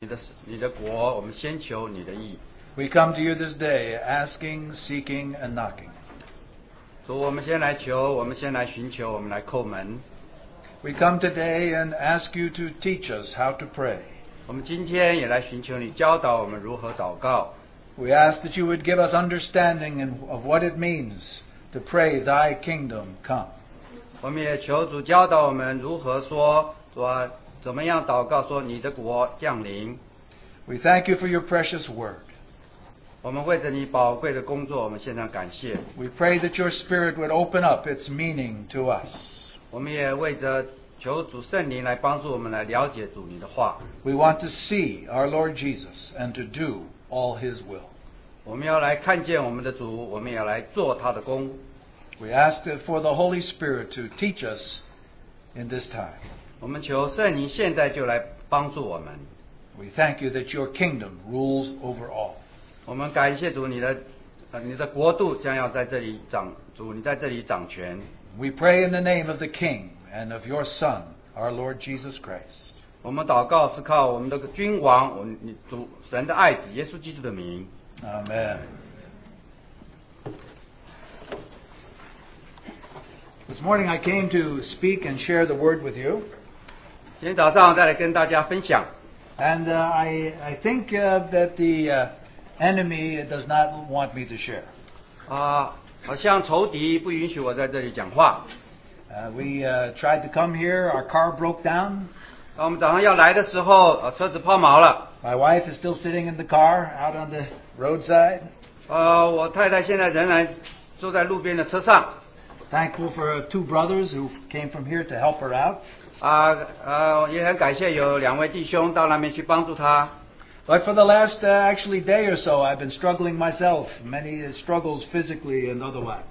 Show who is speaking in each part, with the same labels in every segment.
Speaker 1: 你的你的国，我们先求你的义。
Speaker 2: We come to you this day asking, seeking, and knocking.
Speaker 1: 主，我们先来求，我们先来寻求，我们来叩门。
Speaker 2: We come today and ask you to teach us how to pray.
Speaker 1: 我们今天也来寻求你教导我们如何祷告。
Speaker 2: We ask that you would give us understanding in, of what it means to pray, Thy kingdom come.
Speaker 1: 我们也求主教导我们如何说，主啊，怎么样祷告说你的国降临。
Speaker 2: We thank you for your precious word.
Speaker 1: 我们为着你宝贵的工作，我们献上感谢。
Speaker 2: We pray that your spirit would open up its meaning to us.
Speaker 1: 我们也为着求主圣灵来帮助我们来了解主你的话。
Speaker 2: We want to see our Lord Jesus and to do all his will.
Speaker 1: 我们要来看见我们的主，我们也要来做他的工。
Speaker 2: We ask that for the Holy Spirit to teach us in this time.
Speaker 1: 我们求圣灵现在就来帮助我们。
Speaker 2: We thank you that your kingdom rules over all.
Speaker 1: 我们感谢主，你的呃你的国度将要在这里掌主，你在这里掌权。
Speaker 2: We pray in the name of the King and of your Son, our Lord Jesus Christ.
Speaker 1: 我们祷告是靠我们的君王，我们你主神的爱子耶稣基督的名。
Speaker 2: Amen. This morning I came to speak and share the word with you,
Speaker 1: 今天早上再来跟大家分享。
Speaker 2: and uh, I, I think uh, that the uh, enemy does not want me to share.
Speaker 1: 啊，好像仇敌不允许我在这里讲话。
Speaker 2: Uh, we uh, tried to come here, our car broke down.
Speaker 1: 啊，我们早上要来的时候，呃，车子抛锚了。
Speaker 2: My wife is still sitting in the car out on the roadside,
Speaker 1: 呃，我太太现在仍然坐在路边的车上。
Speaker 2: thankful for uh, two brothers who came from here to help her out.
Speaker 1: 啊呃，也很感谢有两位弟兄到那边去帮助他。
Speaker 2: But for the last uh, actually day or so, I've been struggling myself, many uh, struggles physically and otherwise.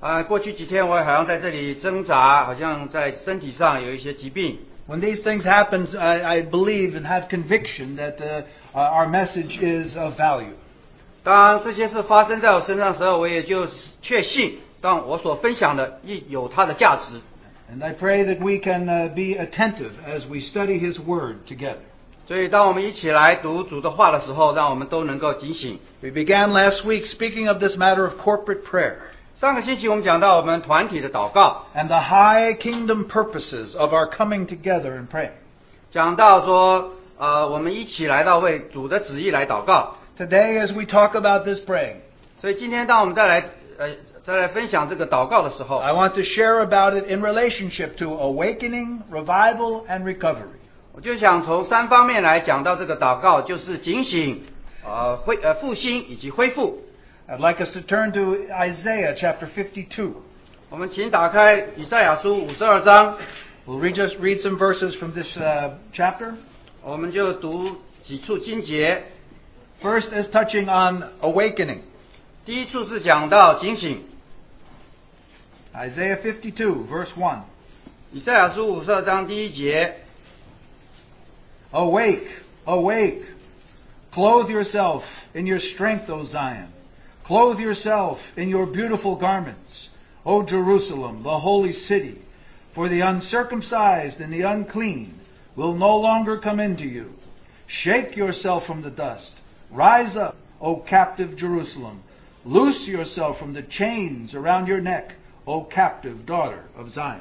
Speaker 1: 啊，过去几天我好像在这里挣扎，好像在身体上有一些疾病。
Speaker 2: When these things happen, I, I believe and have conviction that uh, uh, our message is of value.
Speaker 1: 当这些事发生在我身上的时候，我也就确信，当我所分享的亦有它的价值。
Speaker 2: And I pray that we can uh, be attentive as we study His Word together.
Speaker 1: 所以，当我们一起来读主的话的时候，让我们都能够警醒。
Speaker 2: We began last week speaking of this matter of corporate prayer
Speaker 1: 上个星期我们讲到我们团体的祷告，
Speaker 2: and the high kingdom purposes of our coming together and praying.
Speaker 1: 讲到说，呃，我们一起来到为主的旨意来祷告。
Speaker 2: Today, as we talk about this praying,
Speaker 1: 所以今天当我们再来呃再来分享这个祷告的时候，
Speaker 2: I want to share about it in relationship to awakening, revival, and recovery.
Speaker 1: 我就想从三方面来讲到这个祷告，就是警醒、呃恢呃复兴以及恢复。
Speaker 2: I'd like us to turn to Isaiah chapter 52.
Speaker 1: 我们请打开以赛亚书五十二章，
Speaker 2: We'll read, just read some verses from this uh, chapter.
Speaker 1: 我们就读几处经节。
Speaker 2: First is touching on awakening.
Speaker 1: 第一处是讲到警醒，
Speaker 2: Isaiah 52, verse 1.
Speaker 1: 以赛亚书五十二章第一节，
Speaker 2: Awake, awake. Clothe yourself in your strength, O Zion. Clothe yourself in your beautiful garments, O Jerusalem, the holy city. For the uncircumcised and the unclean will no longer come into you. Shake yourself from the dust. Rise up, O captive Jerusalem. Loose yourself from the chains around your neck, O captive daughter of Zion.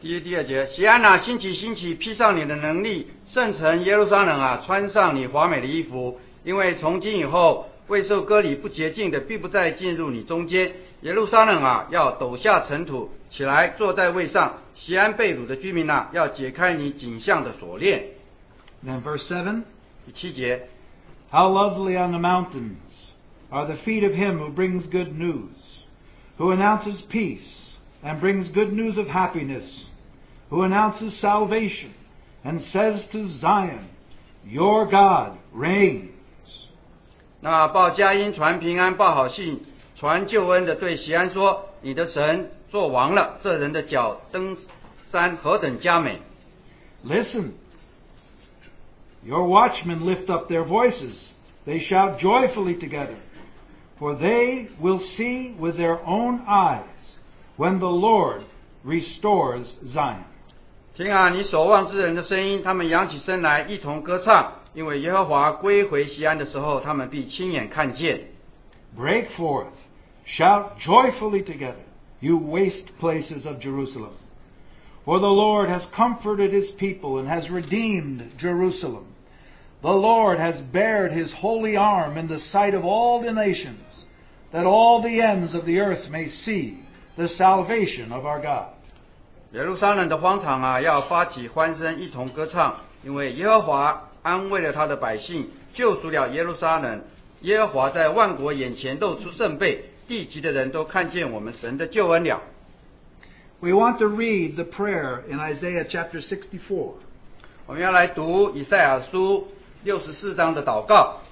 Speaker 1: 第一、第二节，西安呐、兴起，兴起，披上你的能力，圣城耶路撒冷啊，穿上你华美的衣服，因为从今以后，未受割礼不洁净的，必不再进入你中间。耶路撒冷啊，要抖下尘土，起来坐在位上。西安被掳的居民呐、啊要解开你颈项的锁链。
Speaker 2: Then verse 7.
Speaker 1: 第七节，
Speaker 2: How lovely on the mountains are the feet of him who brings good news, who announces peace and brings good news of happiness, who announces salvation and says to Zion, Your God reigns.
Speaker 1: 那报佳音，传平安，报好信，传救恩的，对西安说：你的神做王了。这人的脚登山何等佳美！
Speaker 2: Listen. Your watchmen lift up their voices. They shout joyfully together. For they will see with their own eyes when the Lord restores Zion.
Speaker 1: 听啊，你所望之人的声音，他们扬起身来，一同歌唱。因为耶和华归回西安的时候，他们必亲眼看见。
Speaker 2: Break forth, shout joyfully together, you waste places of Jerusalem. For the Lord has comforted his people and has redeemed Jerusalem. The Lord has bared his holy arm in the sight of all the nations, that all the ends of the earth may see the salvation of our God.
Speaker 1: 耶路撒冷的荒场啊，要发起欢声，一同歌唱，因为耶和华安慰了他的百姓，救赎了耶路撒冷。耶和华在万国眼前露出圣背，地级的人都看见我们神的救恩了。
Speaker 2: We want to read the prayer in Isaiah chapter 64.
Speaker 1: 我们要来读以赛亚书六十四章的祷告，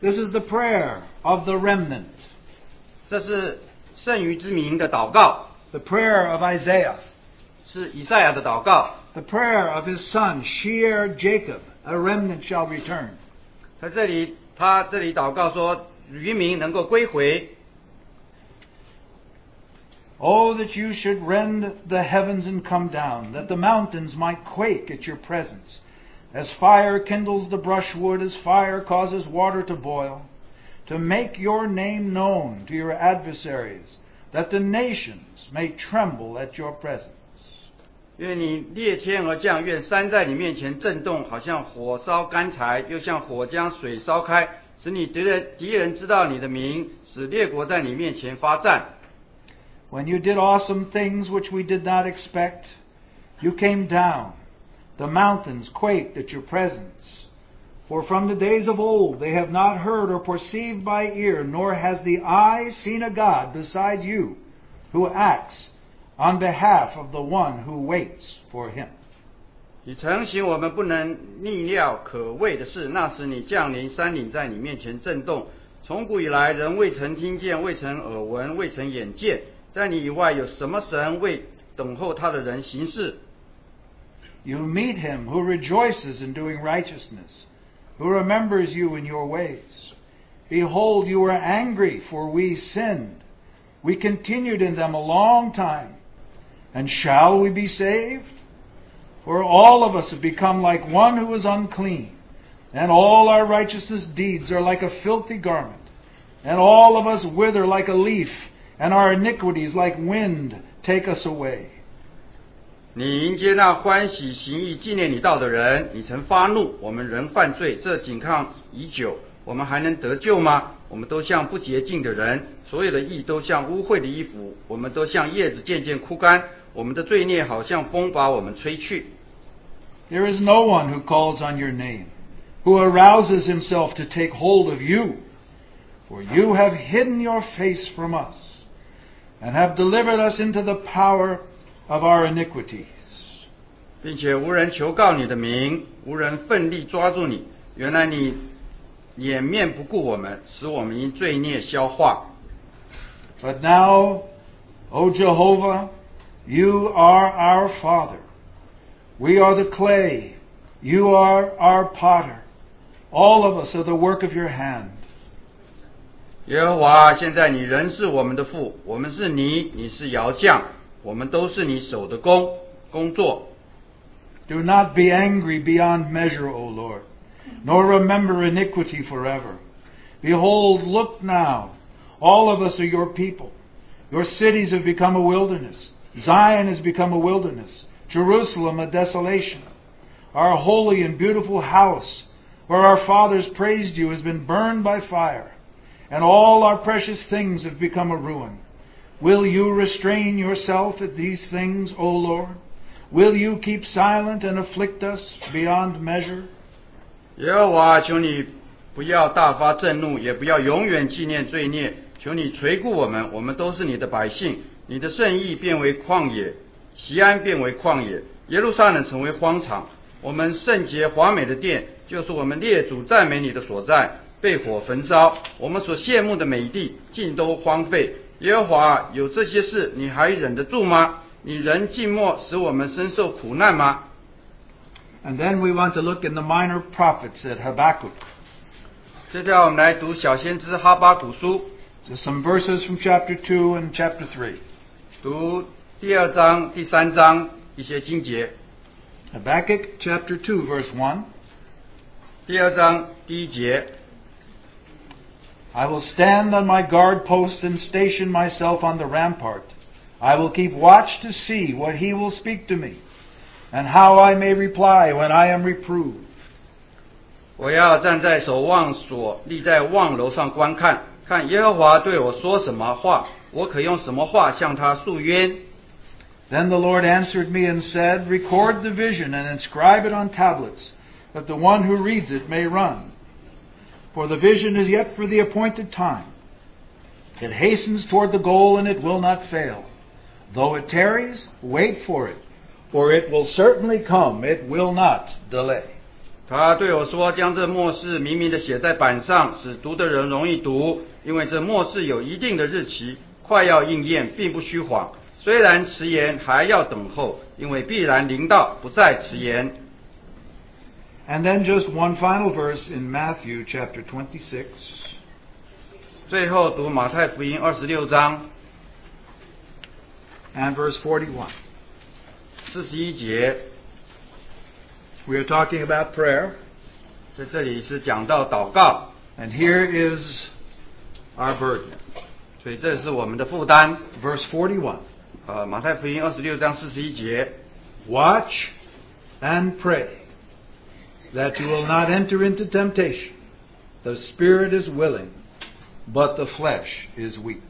Speaker 2: This is the prayer of the remnant,
Speaker 1: 这是剩余之民的祷告，
Speaker 2: the prayer of Isaiah,
Speaker 1: 是以赛亚的祷告。
Speaker 2: the prayer of his son Shear Jacob. A remnant shall return.
Speaker 1: 在这里，他这里祷告说，渔民能够归回。
Speaker 2: Oh, that you should rend the heavens and come down, that the mountains might quake at your presence. As fire kindles the brushwood, as fire causes water to boil, to make your name known to your adversaries, that the nations may tremble at your presence.
Speaker 1: 愿你裂天而降，愿山在你面前震动，好像火烧干柴，又像火将水烧开，使你敌人敌人知道你的名，使列国在你面前发战。
Speaker 2: When you did awesome things which we did not expect, you came down. The mountains quaked at your presence. For from the days of old they have not heard or perceived by ear, nor has the eye seen a God beside you who acts on behalf of the one who waits for him.
Speaker 1: 你成行我们不能逆料可畏的事，那时你降临山岭在你面前震动。从古以来，人未曾听见，未曾耳闻，未曾眼见，在你以外有什么神为等候他的人行事？
Speaker 2: You meet him who rejoices in doing righteousness, who remembers you in your ways. Behold, you were angry, for we sinned. We continued in them a long time. And shall we be saved? For all of us have become like one who is unclean, and all our righteousness deeds are like a filthy garment, and all of us wither like a leaf, and our iniquities like wind take us away.
Speaker 1: 你迎接那欢喜行义纪念你道的人，你曾发怒，我们仍犯罪，这警抗已久，我们还能得救吗？我们都像不洁净的人，所有的义都像污秽的衣服，我们都像叶子渐渐枯干，我们的罪孽好像风把我们吹去。
Speaker 2: There is no one who calls on your name, who arouses himself to take hold of you. For you have hidden your face from us, and have delivered us into the power of our iniquities.
Speaker 1: 并且无人求告你的名，无人奋力抓住你。原来你掩面不顾我们，使我们因罪孽消化。
Speaker 2: But now, O Jehovah, you are our Father. We are the clay, you are our potter. All of us are the work of your hand.
Speaker 1: 耶和华，现在你仍是我们的父，我们是你，你是窑匠，我们都是你手的工工作。
Speaker 2: Do not be angry beyond measure, O Lord, nor remember iniquity forever. Behold, look now. All of us are your people. Your cities have become a wilderness. Zion has become a wilderness. Jerusalem a desolation. Our holy and beautiful house, where our fathers praised you, has been burned by fire, and all our precious things have become a ruin. Will you restrain yourself at these things, O Lord? Will you keep silent and afflict us beyond measure?
Speaker 1: 耶和华，求你不要大发震怒，也不要永远纪念罪孽。求你垂顾我们，我们都是你的百姓。你的圣意变为旷野，西安变为旷野，耶路撒冷成为荒场。我们圣洁华美的殿，就是我们列祖赞美你的所在，被火焚烧。我们所羡慕的美地，尽都荒废。耶和华，有这些事，你还忍得住吗？你仍静默，使我们深受苦难吗？
Speaker 2: And then we want to look in the minor prophets at Habakkuk.
Speaker 1: 接下来我们来读小先知哈巴古书。
Speaker 2: Just some verses from chapter 2 and chapter 3.
Speaker 1: 读第二章、第三章一些经节。
Speaker 2: Habakkuk chapter 2, verse 1.
Speaker 1: 第二章第一节，
Speaker 2: I will stand on my guard post and station myself on the rampart. I will keep watch to see what he will speak to me, and how I may reply when I am reproved.
Speaker 1: 我要站在守望所，立在望楼上观看，看耶和华对我说什么话，我可用什么话向他诉冤。
Speaker 2: Then the Lord answered me and said, Record the vision and inscribe it on tablets, that the one who reads it may run. For the vision is yet for the appointed time. It hastens toward the goal and it will not fail. Though it tarries, wait for it, for it will certainly come, it will not delay.
Speaker 1: 他对我说：“将这末世明明的写在板上，使读的人容易读，因为这末世有一定的日期，快要应验，并不虚谎。虽然迟延，还要等候，因为必然临到，不再迟延。
Speaker 2: And then just one final verse in Matthew chapter 26. ”
Speaker 1: 最后读马太福音二十六章
Speaker 2: and verse 41.
Speaker 1: 四十一节，
Speaker 2: We are talking about prayer,
Speaker 1: 在这里是讲到祷告，
Speaker 2: and here is our burden.
Speaker 1: 所以这是我们的负担。
Speaker 2: Verse 41
Speaker 1: 呃，马太福音二十六章四十一节，
Speaker 2: Watch and pray that you will not enter into temptation. The spirit is willing, but the flesh is weak.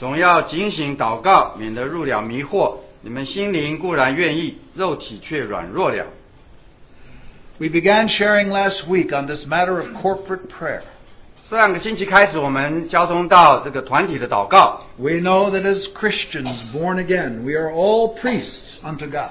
Speaker 1: 总要警醒祷告，免得入了迷惑。你们心灵固然愿意，肉体却软弱了。
Speaker 2: We began sharing last week on this matter of corporate prayer.
Speaker 1: 上个星期开始，我们交通到这个团体的祷告。
Speaker 2: We know that as Christians born again, we are all priests unto God.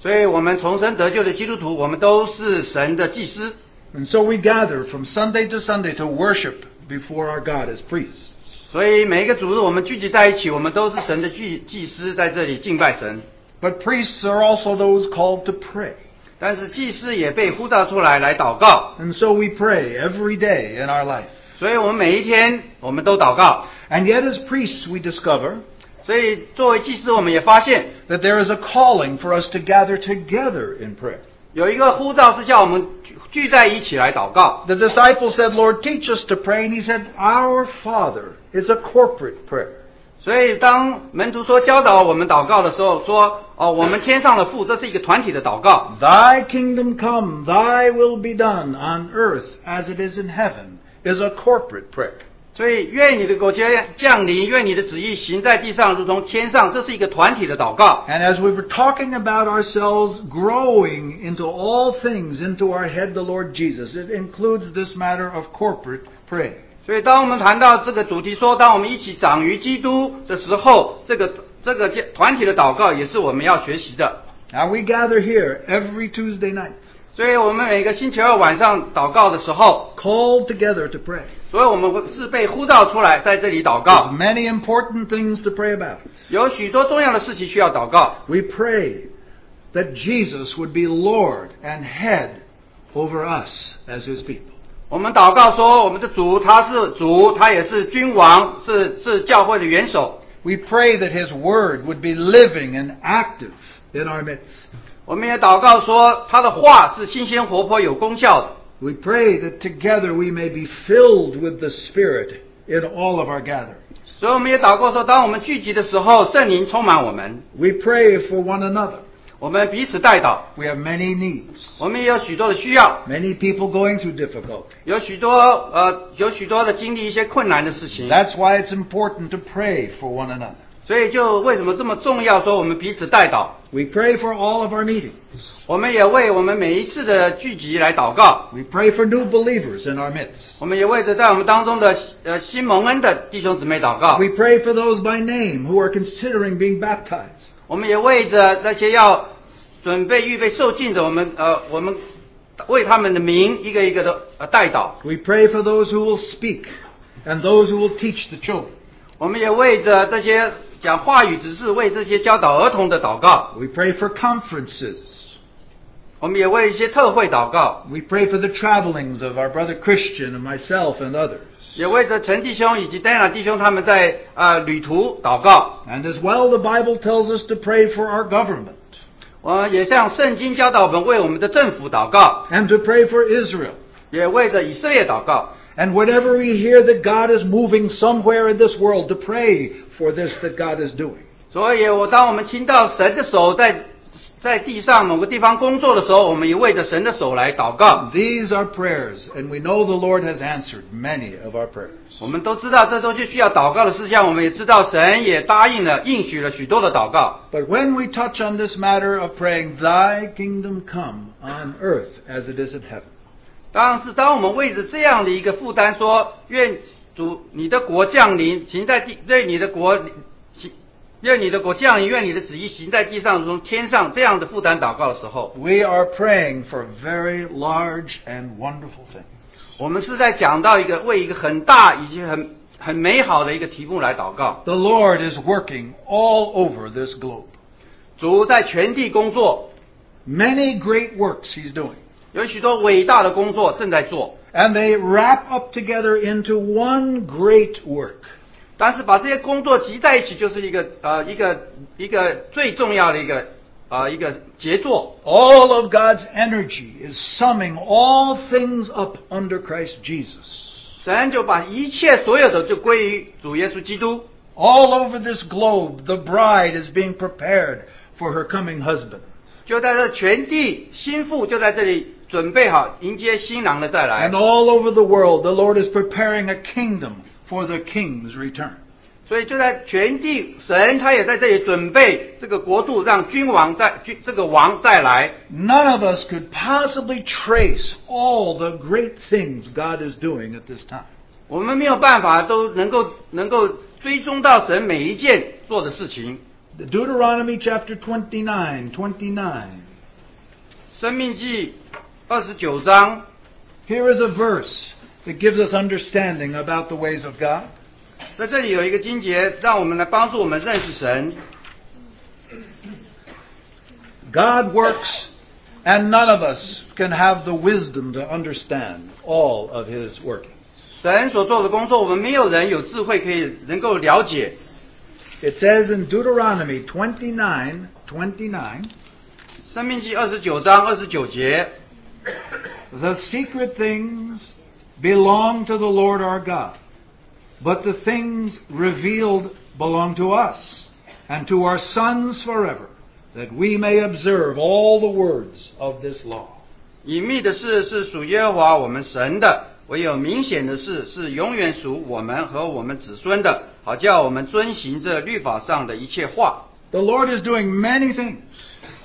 Speaker 1: 所以，我们重生得救的基督徒，我们都是神的祭司。
Speaker 2: And so we gather from Sunday to Sunday to worship before our God as priests.
Speaker 1: 所以，每一个主日我们聚集在一起，我们都是神的祭祭司，在这里敬拜神。
Speaker 2: But priests are also those called to pray.
Speaker 1: 但是，祭司也被呼召出来来祷告。
Speaker 2: And so we pray every day in our life.
Speaker 1: 所以，我们每一天我们都祷告。
Speaker 2: And yet, as priests, we discover
Speaker 1: 所以，作为祭司，我们也发现
Speaker 2: that there is a calling for us to gather together in prayer.
Speaker 1: 有一个呼召是叫我们聚聚在一起来祷告。
Speaker 2: The disciples said, Lord, teach us to pray. And he said, Our Father is a corporate prayer.
Speaker 1: 所以，当门徒说教导我们祷告的时候，说：“哦，我们天上的父，这是一个团体的祷告。
Speaker 2: Thy kingdom come, thy will be done on earth as it is in heaven, is a corporate prayer.
Speaker 1: 所以，愿你的国家降临，愿你的旨意行在地上，如同天上。”这是一个团体的祷告。
Speaker 2: And as we were talking about ourselves growing into all things into our head, the Lord Jesus, it includes this matter of corporate prayer.
Speaker 1: 所以，当我们谈到这个主题说，当我们一起长于基督的时候，这个这个家团体的祷告也是我们要学习的。
Speaker 2: Now we gather here every Tuesday night,
Speaker 1: 所以，我们每个星期二晚上祷告的时候，
Speaker 2: called together to pray.
Speaker 1: 所以我们会是被呼召出来在这里祷
Speaker 2: There's
Speaker 1: 告，
Speaker 2: many important things to pray about.
Speaker 1: 有许多重要的事情需要祷告。
Speaker 2: We pray that Jesus would be Lord and head over us as his people.
Speaker 1: 我们祷告说，我们的主他是主，他也是君王，是是教会的元首。
Speaker 2: We pray that his word would be living and active in our midst.
Speaker 1: 我们也祷告说，他的话是新鲜活泼、有功效的。
Speaker 2: We pray that together we may be filled with the Spirit in all of our gatherings.
Speaker 1: 所以我们也祷告说，当我们聚集的时候，圣灵充满我们，
Speaker 2: We pray for one another.
Speaker 1: 我们彼此代祷。
Speaker 2: We have many needs,
Speaker 1: 我们也有许多的需要，
Speaker 2: many people going through difficulty.
Speaker 1: 有许多呃，有许多的经历一些困难的事情。
Speaker 2: That's why it's important to pray for one another.
Speaker 1: 所以就为什么这么重要？说我们彼此代祷，
Speaker 2: We pray for all of our meetings.
Speaker 1: 我们也为我们每一次的聚集来祷告。
Speaker 2: We pray for new believers in our midst.
Speaker 1: 我们也为着在我们当中的呃新蒙恩的弟兄姊妹祷告。
Speaker 2: We pray for those by name who are considering being baptized.
Speaker 1: 我们也为着那些要准备预备受浸的，我们呃，我们为他们的名一个一个的呃代祷。
Speaker 2: We pray for those who will speak and those who will teach the children.
Speaker 1: 我们也为着这些讲话语指示，为这些教导儿童的祷告。
Speaker 2: We pray for conferences.
Speaker 1: 我们也为一些特会祷告，
Speaker 2: We pray for the travelings of our brother Christian and myself and others.
Speaker 1: 也为着陈弟兄以及戴娜弟兄他们在啊、呃旅途祷告。
Speaker 2: And as well, the Bible tells us to pray for our government
Speaker 1: 我们也向圣经教导我们为我们的政府祷告，
Speaker 2: and to pray for Israel
Speaker 1: 也为着以色列祷告。
Speaker 2: And whenever we hear that God is moving somewhere in this world, to pray for this that God is doing.
Speaker 1: 所以，我当我们听到神的手在在地上某个地方工作的时候，我们也为着神的手来祷告。
Speaker 2: These are prayers, and we know the Lord has answered many of our prayers.
Speaker 1: 我们都知道这都是需要祷告的事项，我们也知道神也答应了、应许了许多的祷告。
Speaker 2: But when we touch on this matter of praying, Thy kingdom come on earth as it is in heaven,
Speaker 1: 当然是当我们为着这样的一个负担说，愿主你的国降临，行在地；愿你的国行，愿你的国降临，愿你的旨意行在地上，如同天上。这样的负担祷告的时候，
Speaker 2: we are praying for very large and wonderful things.
Speaker 1: 我们是在讲到一个为一个很大以及很很美好的一个题目来祷告。
Speaker 2: The Lord is working all over this globe.
Speaker 1: 主在全地工作，
Speaker 2: Many great works He's doing.
Speaker 1: 有许多伟大的工作正在做，
Speaker 2: And they wrap up together into one great work.
Speaker 1: 但是把这些工作集在一起，就是一个呃一个一个最重要的一个啊、呃、一个杰作。
Speaker 2: All of God's energy is summing all things up under Christ Jesus.
Speaker 1: 神就把一切所有的就归于主耶稣基督。
Speaker 2: All over this globe, the bride is being prepared for her coming husband.
Speaker 1: 就在这全地，心腹就在这里准备好迎接新郎的再来
Speaker 2: And。all over the world, the Lord is preparing a kingdom for the king's return.
Speaker 1: 所以就在全地，神他也在这里准备这个国度，让君王再君这个王再来。
Speaker 2: None of us could possibly trace all the great things God is doing at this time.
Speaker 1: 我们没有办法都能够能够追踪到神每一件做的事情。
Speaker 2: Deuteronomy chapter 29, 29.
Speaker 1: 生命记二十九章，
Speaker 2: Here is a verse that gives us understanding about the ways of God.
Speaker 1: 在这里有一个经节，让我们来帮助我们认识神。
Speaker 2: God works, and none of us can have the wisdom to understand all of His working.
Speaker 1: 神所做的工作，我们没有人有智慧可以能够了解。
Speaker 2: It says in Deuteronomy 29 29,
Speaker 1: 生命记二十九章二十九节，
Speaker 2: the secret things belong to the Lord our God, but the things revealed belong to us and to our sons forever, that we may observe all the words of this law.
Speaker 1: 隐秘的事是属耶和华我们神的，唯有明显的事是永远属我们和我们子孙的，好叫我们遵行这律法上的一切话。
Speaker 2: The Lord is doing many things.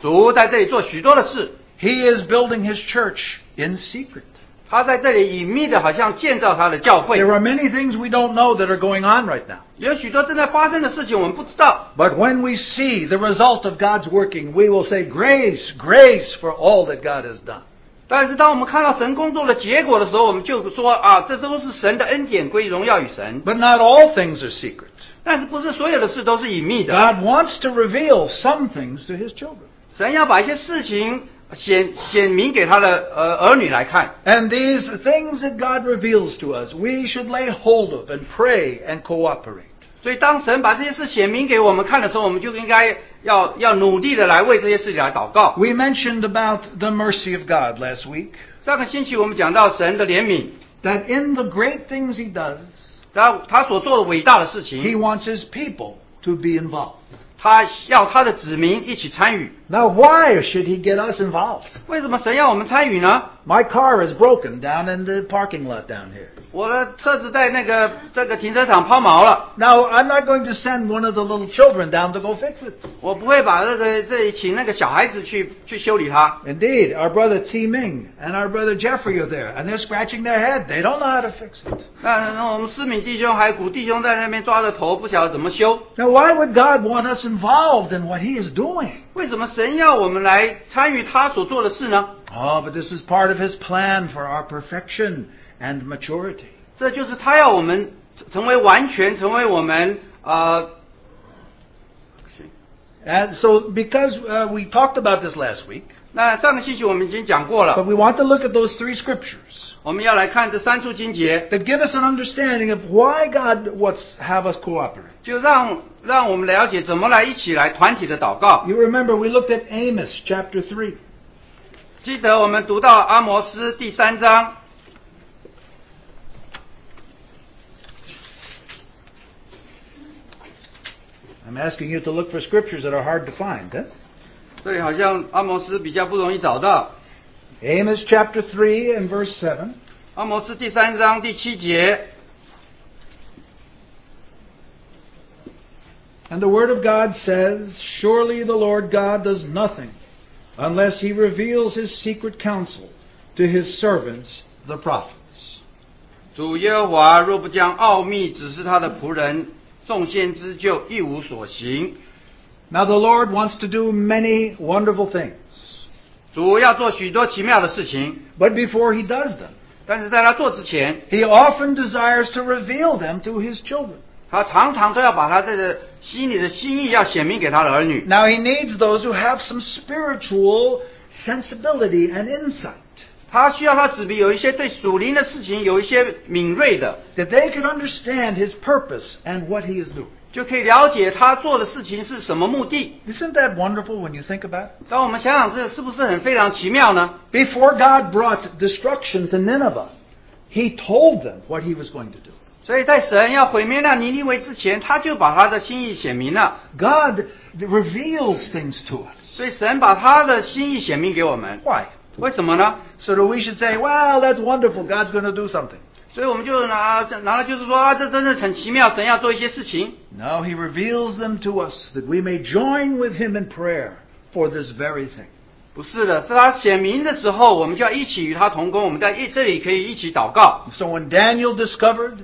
Speaker 1: 主在这里做许多的事，
Speaker 2: He is building His church in secret.
Speaker 1: 他在这里隐秘的，好像建造他的教会。
Speaker 2: There are many things we don't know that are going on right now.
Speaker 1: 有许多正在发生的事情，我们不知道。
Speaker 2: But when we see the result of God's working, we will say, Grace, grace for all that God has done.
Speaker 1: 但是当我们看到神工作的结果的时候，我们就说啊，这都是神的恩典，归荣耀与神。
Speaker 2: But not all things are secret.
Speaker 1: 但是不是所有的事都是隐秘的？
Speaker 2: God wants to reveal some things to His children.
Speaker 1: 神要把一些事情显显明给他的呃儿女来看。
Speaker 2: And these things that God reveals to us, we should lay hold of and pray and cooperate.
Speaker 1: 所以当神把这些事显明给我们看的时候，我们就应该要要努力的来为这些事情来祷告。
Speaker 2: We mentioned about the mercy of God last week,
Speaker 1: 上个星期我们讲到神的怜悯，
Speaker 2: that in the great things He does,
Speaker 1: 他他所做的伟大的事
Speaker 2: He
Speaker 1: 情，
Speaker 2: wants his people to be involved.
Speaker 1: 他要他的子民一起参与。
Speaker 2: Now, why should he get us involved?
Speaker 1: 为什么神要我们参与呢？
Speaker 2: My car is broken down in the parking lot down here.
Speaker 1: 我的车子在那个这个停车场抛锚了，
Speaker 2: Now, I'm not going to send one of the little children down to go fix it.
Speaker 1: 我不会把这个这里请那个小孩子去去修理它。
Speaker 2: Indeed, our brother T Ming and our brother Jeffrey are there, and they're scratching their head. They don't know how to fix it.
Speaker 1: 那那我们思敏弟兄还有古弟兄在那边抓着头，不晓得怎么修。
Speaker 2: Now, why would God want us involved in what he is doing?
Speaker 1: 为什么神要我们来参与他所做的事呢？
Speaker 2: Oh, but this is part of his plan for our perfection and maturity.
Speaker 1: 这就是他要我们成成为完全，成为我们呃
Speaker 2: And so, because uh, we talked about this last week,
Speaker 1: 那上个星期我们已经讲过
Speaker 2: But
Speaker 1: 了，
Speaker 2: we want to look at those three scriptures
Speaker 1: 我们要来看这三处经节，
Speaker 2: that give us an understanding of why God wants to have us cooperate.
Speaker 1: 就让让我们了解怎么来一起来团体的祷告。
Speaker 2: You remember we looked at Amos chapter 3.
Speaker 1: 记得我们读到阿摩斯第三章，
Speaker 2: I'm asking you to look for scriptures that are hard to find. Huh?
Speaker 1: 这里好像阿摩斯比较不容易找到。
Speaker 2: Amos chapter 3 and verse 7.
Speaker 1: 阿摩斯第三章第七节，
Speaker 2: And the Word of God says, Surely the Lord God does nothing unless he reveals his secret counsel to his servants, the prophets.
Speaker 1: 主耶和华若不将奥秘指示他的仆人，众先知就一无所行。
Speaker 2: Now, the Lord wants to do many wonderful things,
Speaker 1: 主要做许多奇妙的事情，
Speaker 2: but before he does them,
Speaker 1: 但是在他做之前，
Speaker 2: he often desires to reveal them to his children.
Speaker 1: 他常常都要把他这个心里的心意要显明给他的儿女。
Speaker 2: Now, he needs those who have some spiritual sensibility and insight,
Speaker 1: 他需要他子民有一些对属灵的事情有一些敏锐的，
Speaker 2: that they can understand his purpose and what he is doing.
Speaker 1: 就可以了解他做的事情是什么目的。
Speaker 2: Isn't that wonderful when you think about it?
Speaker 1: 当我们想想这是不是很非常奇妙呢？
Speaker 2: Before God brought destruction to Nineveh, he told them what he was going to do.
Speaker 1: 所以在神要毁灭那尼尼微之前，他就把他的心意显明了。
Speaker 2: God reveals things to us.
Speaker 1: 所以神把他的心意显明给我们，
Speaker 2: Why?
Speaker 1: 为什么呢？
Speaker 2: So that we should say, well, that's wonderful. God's going to do something.
Speaker 1: 所以我们就拿拿了就是说啊，这真的很奇妙，神要做一些事情。
Speaker 2: No, he reveals them to us that we may join with him in prayer for this very thing.
Speaker 1: 不是的，是他显明的时候，我们就要一起与他同工。我们在一这里可以一起祷告。
Speaker 2: So when Daniel discovered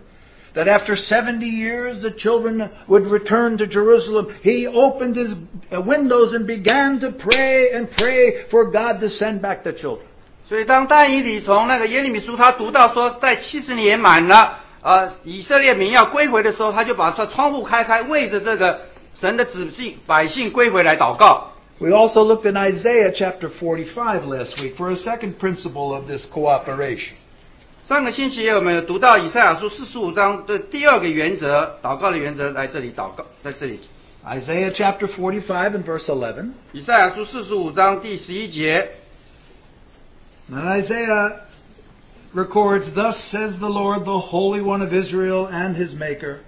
Speaker 2: that after 70 years the children would return to Jerusalem, he opened his uh, windows and began to pray and pray for God to send back the children.
Speaker 1: 所以当但以理从那个耶利米书他读到说，在七十年满了，呃，以色列民要归回的时候，他就把这窗户开开，为着这个神的子信百姓归回来祷告。
Speaker 2: We also looked in Isaiah chapter 45 last week for a second principle of this cooperation.
Speaker 1: 上个星期我们有读到以赛亚书四十五章的第二个原则，祷告的原则，来这里祷告，在这里。
Speaker 2: Isaiah chapter 45 and verse 11.
Speaker 1: 以赛亚书四十五章第十一节，
Speaker 2: And Isaiah records, Thus says the Lord, the Holy One of Israel and his Maker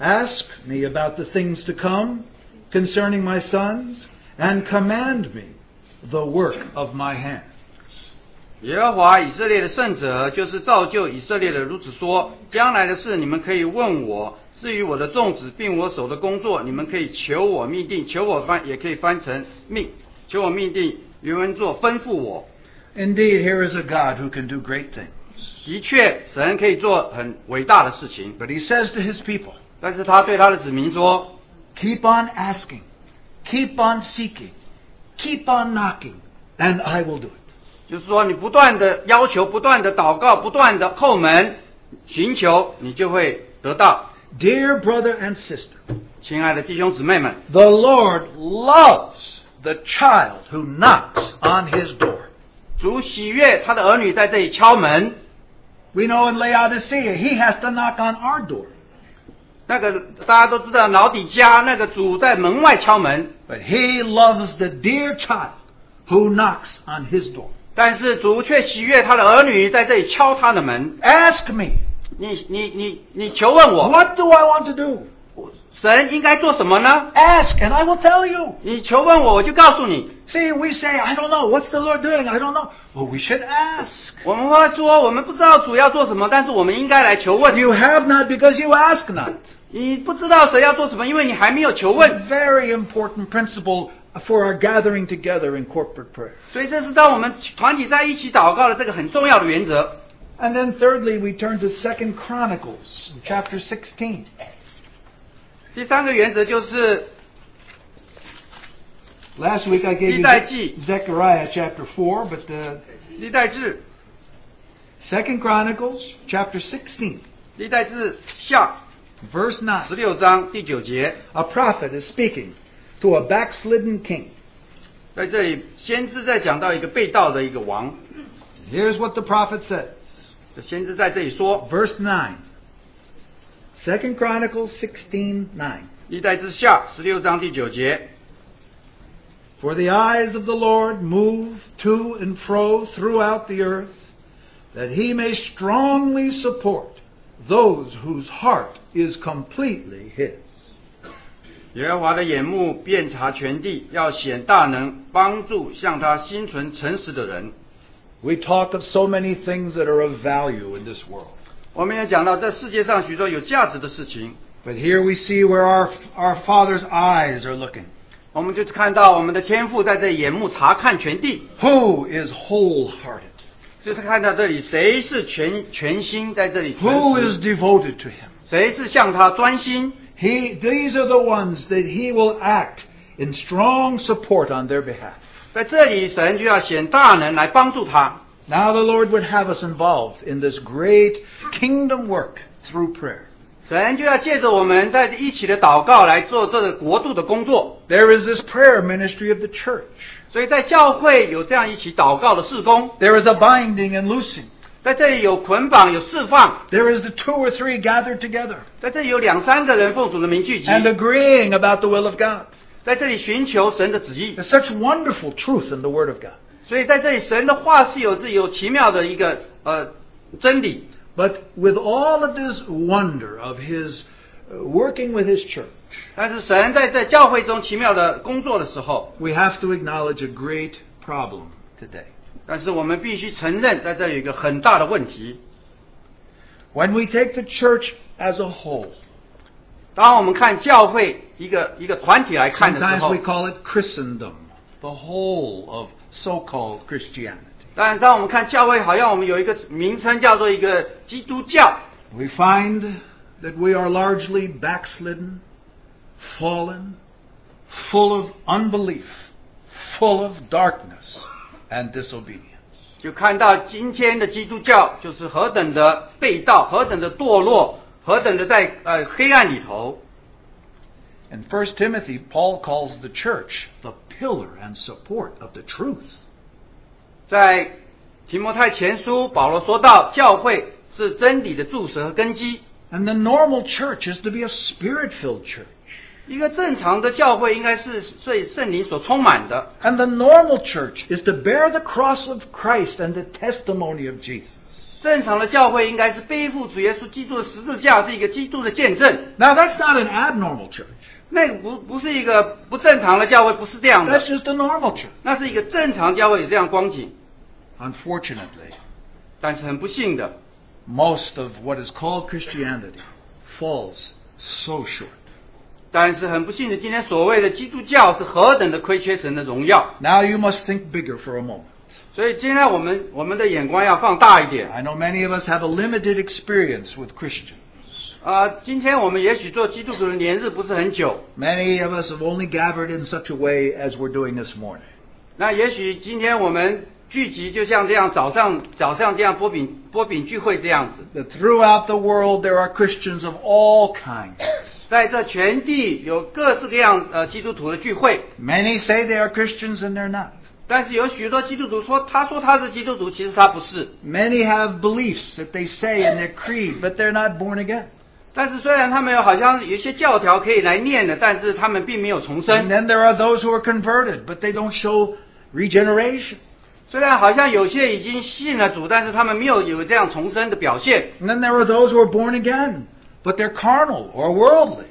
Speaker 2: Ask me about the things to come concerning my sons, and command me the work of my hand.
Speaker 1: 耶和华以色列的圣者就是造就以色列的，如此说：将来的事你们可以问我，至于我的众子并我手的工作，你们可以求我命定，求我翻也可以翻成命，求我命定。原文作吩咐我，
Speaker 2: Indeed, here is a God who can do great things.
Speaker 1: 的确，神可以做很伟大的事情，
Speaker 2: But he says to his people,
Speaker 1: 但是他对他的子民说，
Speaker 2: Keep on asking, keep on seeking, keep on knocking, and I will do it.
Speaker 1: 就是说你不断的要求，不断的祷告，不断的叩门寻求，你就会得到。
Speaker 2: Dear brother and sister,
Speaker 1: 亲爱的弟兄姊妹们，
Speaker 2: the Lord loves the child who knocks on his door.
Speaker 1: 主喜悦他的儿女在这里敲门。
Speaker 2: We know in Laodicea, he has to knock on our door,
Speaker 1: 那个大家都知道，老底家那个主在门外敲门，
Speaker 2: but he loves the dear child who knocks on his door.
Speaker 1: 但是主却喜悦他的儿女在这里敲他的门。
Speaker 2: Ask me,
Speaker 1: 你你你你求问我，
Speaker 2: what do I want to do?
Speaker 1: 神应该做什么呢？
Speaker 2: Ask, and I will tell you.
Speaker 1: 你求问我，我就告诉你。
Speaker 2: See, we say, I don't know. What's the Lord doing? I don't know. Well, we should ask.
Speaker 1: 我们会说，我们不知道主要做什么，但是我们应该来求问。
Speaker 2: You have not because you ask not.
Speaker 1: 你不知道神要做什么，因为你还没有求问。
Speaker 2: Very important principle for our gathering together in corporate prayer.
Speaker 1: 所以这是当我们团体在一起祷告的这个很重要的原则。
Speaker 2: And then thirdly, we turn to Second Chronicles chapter 16.
Speaker 1: 第三个原则就是，
Speaker 2: Last week I gave you
Speaker 1: Lidai-ji.
Speaker 2: Ze- Zechariah chapter 4, but uh,
Speaker 1: 历代志，
Speaker 2: Second Chronicles chapter 16,
Speaker 1: 历代志下
Speaker 2: verse
Speaker 1: 十
Speaker 2: 9.
Speaker 1: 六章第九节。
Speaker 2: A prophet is speaking to a backslidden king.
Speaker 1: 在这里，先知在讲到一个被盗的一个王，
Speaker 2: Here's what the prophet says.
Speaker 1: 先知在这里说，
Speaker 2: verse 9 2 chronicles 16 9
Speaker 1: 历代之下十六章第九节，
Speaker 2: for the eyes of the lord move to and fro throughout the earth that he may strongly support those whose heart is completely his
Speaker 1: 耶和华的眼目遍察全地，要显大能，帮助向他心存诚实的人。
Speaker 2: We talk of so many things that are of value in this world.
Speaker 1: 我们也讲到，这世界上许多有价值的事情，
Speaker 2: But here we see where our, our Father's eyes are looking.
Speaker 1: 我们就看到我们的天父在这眼目查看全地，
Speaker 2: Who is wholehearted?
Speaker 1: 就是看到这里谁是全全心在这里全
Speaker 2: Who
Speaker 1: 实
Speaker 2: is devoted to Him?
Speaker 1: 谁是向他专心？
Speaker 2: He, these are the ones that He will act in strong support on their behalf.
Speaker 1: 在这里，神就要显大能来帮助他。
Speaker 2: Now the Lord would have us involved in this great kingdom work through prayer.
Speaker 1: 神就要借着我们在一起的祷告来做这个国度的工作。
Speaker 2: There is this prayer ministry of the church.
Speaker 1: 所以在教会有这样一起祷告的事工，
Speaker 2: There is a binding and loosing.
Speaker 1: 在这里有捆绑，有释放，
Speaker 2: There is the two or three gathered together
Speaker 1: 在这里有两三个人奉主的名聚集，
Speaker 2: and agreeing about the will of God.
Speaker 1: 在这里寻求神的旨意。
Speaker 2: There's such wonderful truth in the Word of God.
Speaker 1: 所以在这里，神的话是有自有奇妙的一个呃真理。
Speaker 2: But with all of this wonder of His uh, working with His church,
Speaker 1: 但是神在在教会中奇妙的工作的时候，
Speaker 2: we have to acknowledge a great problem today.
Speaker 1: 但是我们必须承认，在这里有一个很大的问题。
Speaker 2: When we take the church as a whole,
Speaker 1: 当我们看教会一个一个团体来看的时
Speaker 2: sometimes
Speaker 1: 候
Speaker 2: we，call it Christendom, the whole of so called Christianity.
Speaker 1: 当然，当我们看教会，好像我们有一个名称叫做一个基督教，
Speaker 2: We find that we are largely backslidden, fallen, full of unbelief, full of darkness and disobedience.
Speaker 1: 就看到今天的基督教就是何等的被盗，何等的堕落，何等的在呃黑暗里头。
Speaker 2: In 1 Timothy, Paul calls the church the pillar and support of the truth.
Speaker 1: 在提摩太前书，保罗说到，教会是真理的柱石和根基。
Speaker 2: And the normal church is to be a spirit filled church.
Speaker 1: 一个正常的教会应该是被圣灵所充满的，
Speaker 2: And the normal church is to bear the cross of Christ and the testimony of Jesus.
Speaker 1: 正常的教会应该是背负主耶稣基督的十字架，是一个基督的见证。
Speaker 2: Now, that's not an abnormal church,
Speaker 1: 那个不不是一个不正常的教会，不是这样的
Speaker 2: that's，just a normal church.
Speaker 1: 那是一个正常教会有这样光景。
Speaker 2: Unfortunately,
Speaker 1: 但是很不幸的，
Speaker 2: most of what is called Christianity falls so short.
Speaker 1: 但是很不幸的，今天所谓的基督教是何等的亏缺神的荣耀。
Speaker 2: Now, you must think bigger for a moment.
Speaker 1: 所以今天我们我们的眼光要放大一点
Speaker 2: I know many of us have a limited experience with Christians.
Speaker 1: 啊、今天我们也许做基督徒的年日不是很久，
Speaker 2: Many of us have only gathered in such a way as we're doing this morning.
Speaker 1: 那也许今天我们聚集就像这样早上早上这样波饼波饼聚会这样子，
Speaker 2: That throughout the world there are Christians of all kinds.
Speaker 1: 在这全地有各式各样呃基督徒的聚会，
Speaker 2: Many say they are Christians and they're not.
Speaker 1: 但是有许多基督徒说他说他是基督徒，其实他不是。
Speaker 2: Many have beliefs that they say in their creed, but they're not born again.
Speaker 1: 但是虽然他们有好像有一些教条可以来念的，但是他们并没有重
Speaker 2: And
Speaker 1: 生。
Speaker 2: then there are those who are converted, but they don't show regeneration.
Speaker 1: 虽然好像有些已经信了主，但是他们没有有这样重生的表现。
Speaker 2: And then there are those who are born again, but they're carnal or worldly.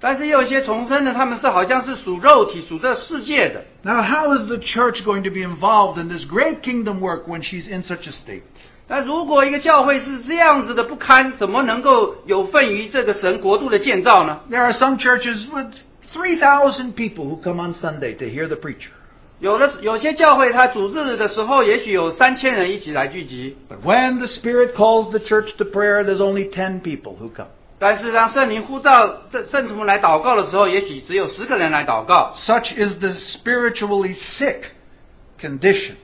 Speaker 1: 但是也有一些重生的，他们是好像是属肉体、属这世界的。
Speaker 2: Now, how is the church going to be involved in this great kingdom work when she's in such a state?
Speaker 1: 那如果一个教会是这样子的不堪，怎么能够有份于这个神国度的建造呢？
Speaker 2: There are some churches with 3,000 people who come on Sunday to hear the preacher.
Speaker 1: 有的有些教会，它主日的时候也许有三千人一起来聚集，
Speaker 2: But when the Spirit calls the church to prayer, there's only 10 people who come.
Speaker 1: 但是当圣灵呼召圣圣徒们来祷告的时候，也许只有十个人来祷告。
Speaker 2: Such is the spiritually sick condition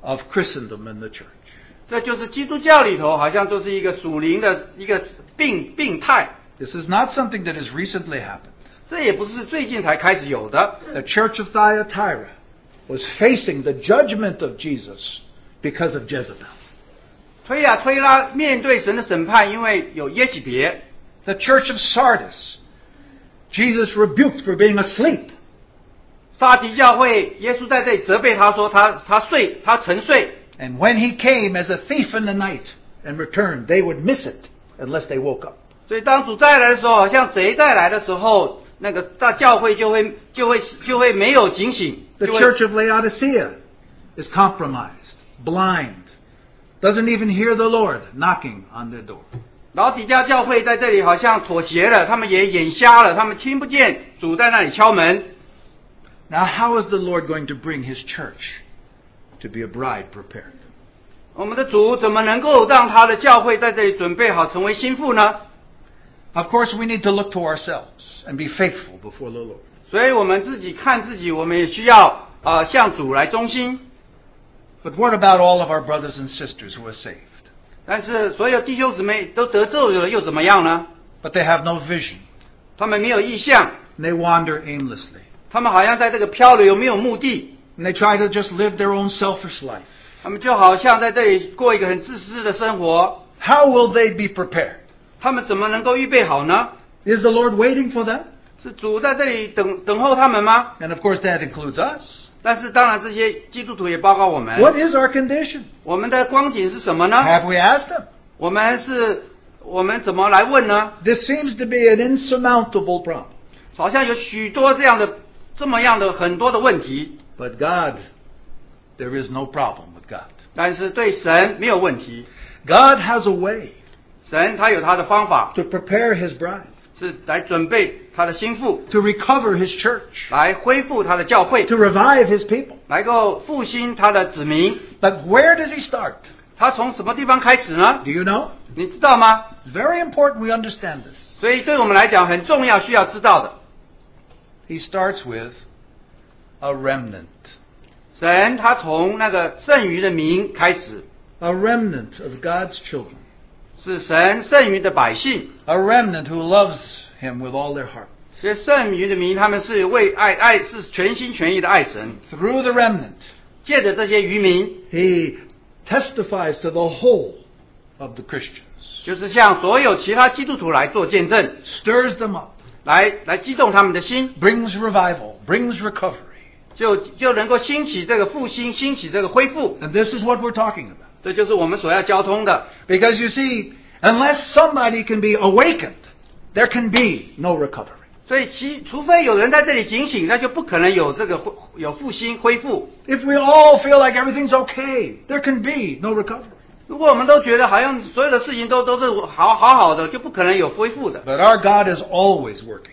Speaker 2: of Christendom and the church.
Speaker 1: 这就是基督教里头好像都是一个属灵的一个病病态，
Speaker 2: This is not something that has recently happened.
Speaker 1: 这也不是最近才开始有的。
Speaker 2: The church of Thyatira was facing the judgment of Jesus because of Jezebel.
Speaker 1: 推呀、推拉，面对神的审判，因为有耶喜别；
Speaker 2: The church of Sardis, Jesus rebuked for being asleep.
Speaker 1: 撒迪教会，耶稣在这里责备他说他他睡他沉睡，
Speaker 2: And when he came as a thief in the night and returned, they would miss it unless they woke up.
Speaker 1: 所以当主再来的时候，好像贼再来的时候，那个大教会就会就会就会没有警醒，
Speaker 2: The
Speaker 1: 就会
Speaker 2: church of Laodicea is compromised, blind, doesn't even hear the Lord knocking on their door.
Speaker 1: 老底家教会在这里好像妥协了，他们也眼瞎了，他们听不见主在那里敲门。
Speaker 2: Now, how is the Lord going to bring his church to be a bride prepared?
Speaker 1: 我们的主怎么能够让他的教会在这里准备好成为心腹呢？
Speaker 2: Of course, we need to look to ourselves and be faithful before the Lord.
Speaker 1: 所以我们自己看自己，我们也需要啊、呃向主来忠心。
Speaker 2: But what about all of our brothers and sisters who are saved,
Speaker 1: 但是所有弟兄姊妹都得咒了，又怎么样呢？
Speaker 2: but they have no vision?
Speaker 1: 他们没有意向，
Speaker 2: And they wander aimlessly.
Speaker 1: 他们好像在这个漂流，没有目的。
Speaker 2: And they try to just live their own selfish life.
Speaker 1: 他们就好像在这里过一个很自私的生活，
Speaker 2: How will they be prepared?
Speaker 1: 他们怎么能够预备好呢？
Speaker 2: Is the Lord waiting for them?
Speaker 1: 是主在这里等等候他们吗？
Speaker 2: And of course, that includes us.
Speaker 1: 但是当然，这些基督徒也报告我们，
Speaker 2: What is our condition?
Speaker 1: 我们的光景是什么呢？
Speaker 2: Have we asked Him?
Speaker 1: 我们是，我们怎么来问呢？
Speaker 2: This seems to be an insurmountable problem.
Speaker 1: 好像有许多这样的、这么样的很多的问题，
Speaker 2: But God, there is no problem with God.
Speaker 1: 但是对神没有问题，
Speaker 2: God has a way
Speaker 1: 神他有他的方法，
Speaker 2: to prepare His bride,
Speaker 1: 是来准备他的心腹，
Speaker 2: to recover His church,
Speaker 1: 来恢复他的教会，
Speaker 2: to revive His people.
Speaker 1: 来够复兴他的子民。
Speaker 2: But where does He start?
Speaker 1: 他从什么地方开始呢？
Speaker 2: Do you know?
Speaker 1: 你知道吗？
Speaker 2: It's very important we understand this.
Speaker 1: 所以对我们来讲很重要，需要知道的。
Speaker 2: He starts with a remnant,
Speaker 1: 神他从那个剩余的民开始，
Speaker 2: a remnant of God's children,
Speaker 1: 是神剩余的百姓。
Speaker 2: a remnant who loves Him with all their heart.
Speaker 1: 所以剩余的民，他们是为爱爱是全心全意的爱神，
Speaker 2: Through the remnant,
Speaker 1: 借着这些渔民，
Speaker 2: He testifies to the whole of the Christians,
Speaker 1: 就是向所有其他基督徒来做见证，
Speaker 2: stirs them up,
Speaker 1: 来来激动他们的心，
Speaker 2: brings revival, brings recovery.
Speaker 1: 就就能够兴起这个复兴，兴起这个恢复，
Speaker 2: And this is what we're talking about.
Speaker 1: 这就是我们所要交通的。
Speaker 2: Because you see, unless somebody can be awakened, there can be no recovery.
Speaker 1: 所以其除非有人在这里警醒，那就不可能有这个恢有复兴恢复。
Speaker 2: If we all feel like everything's okay, there can be no recovery.
Speaker 1: 如果我们都觉得好像所有的事情都都是好好好的，就不可能有恢复的。
Speaker 2: But our God is always working.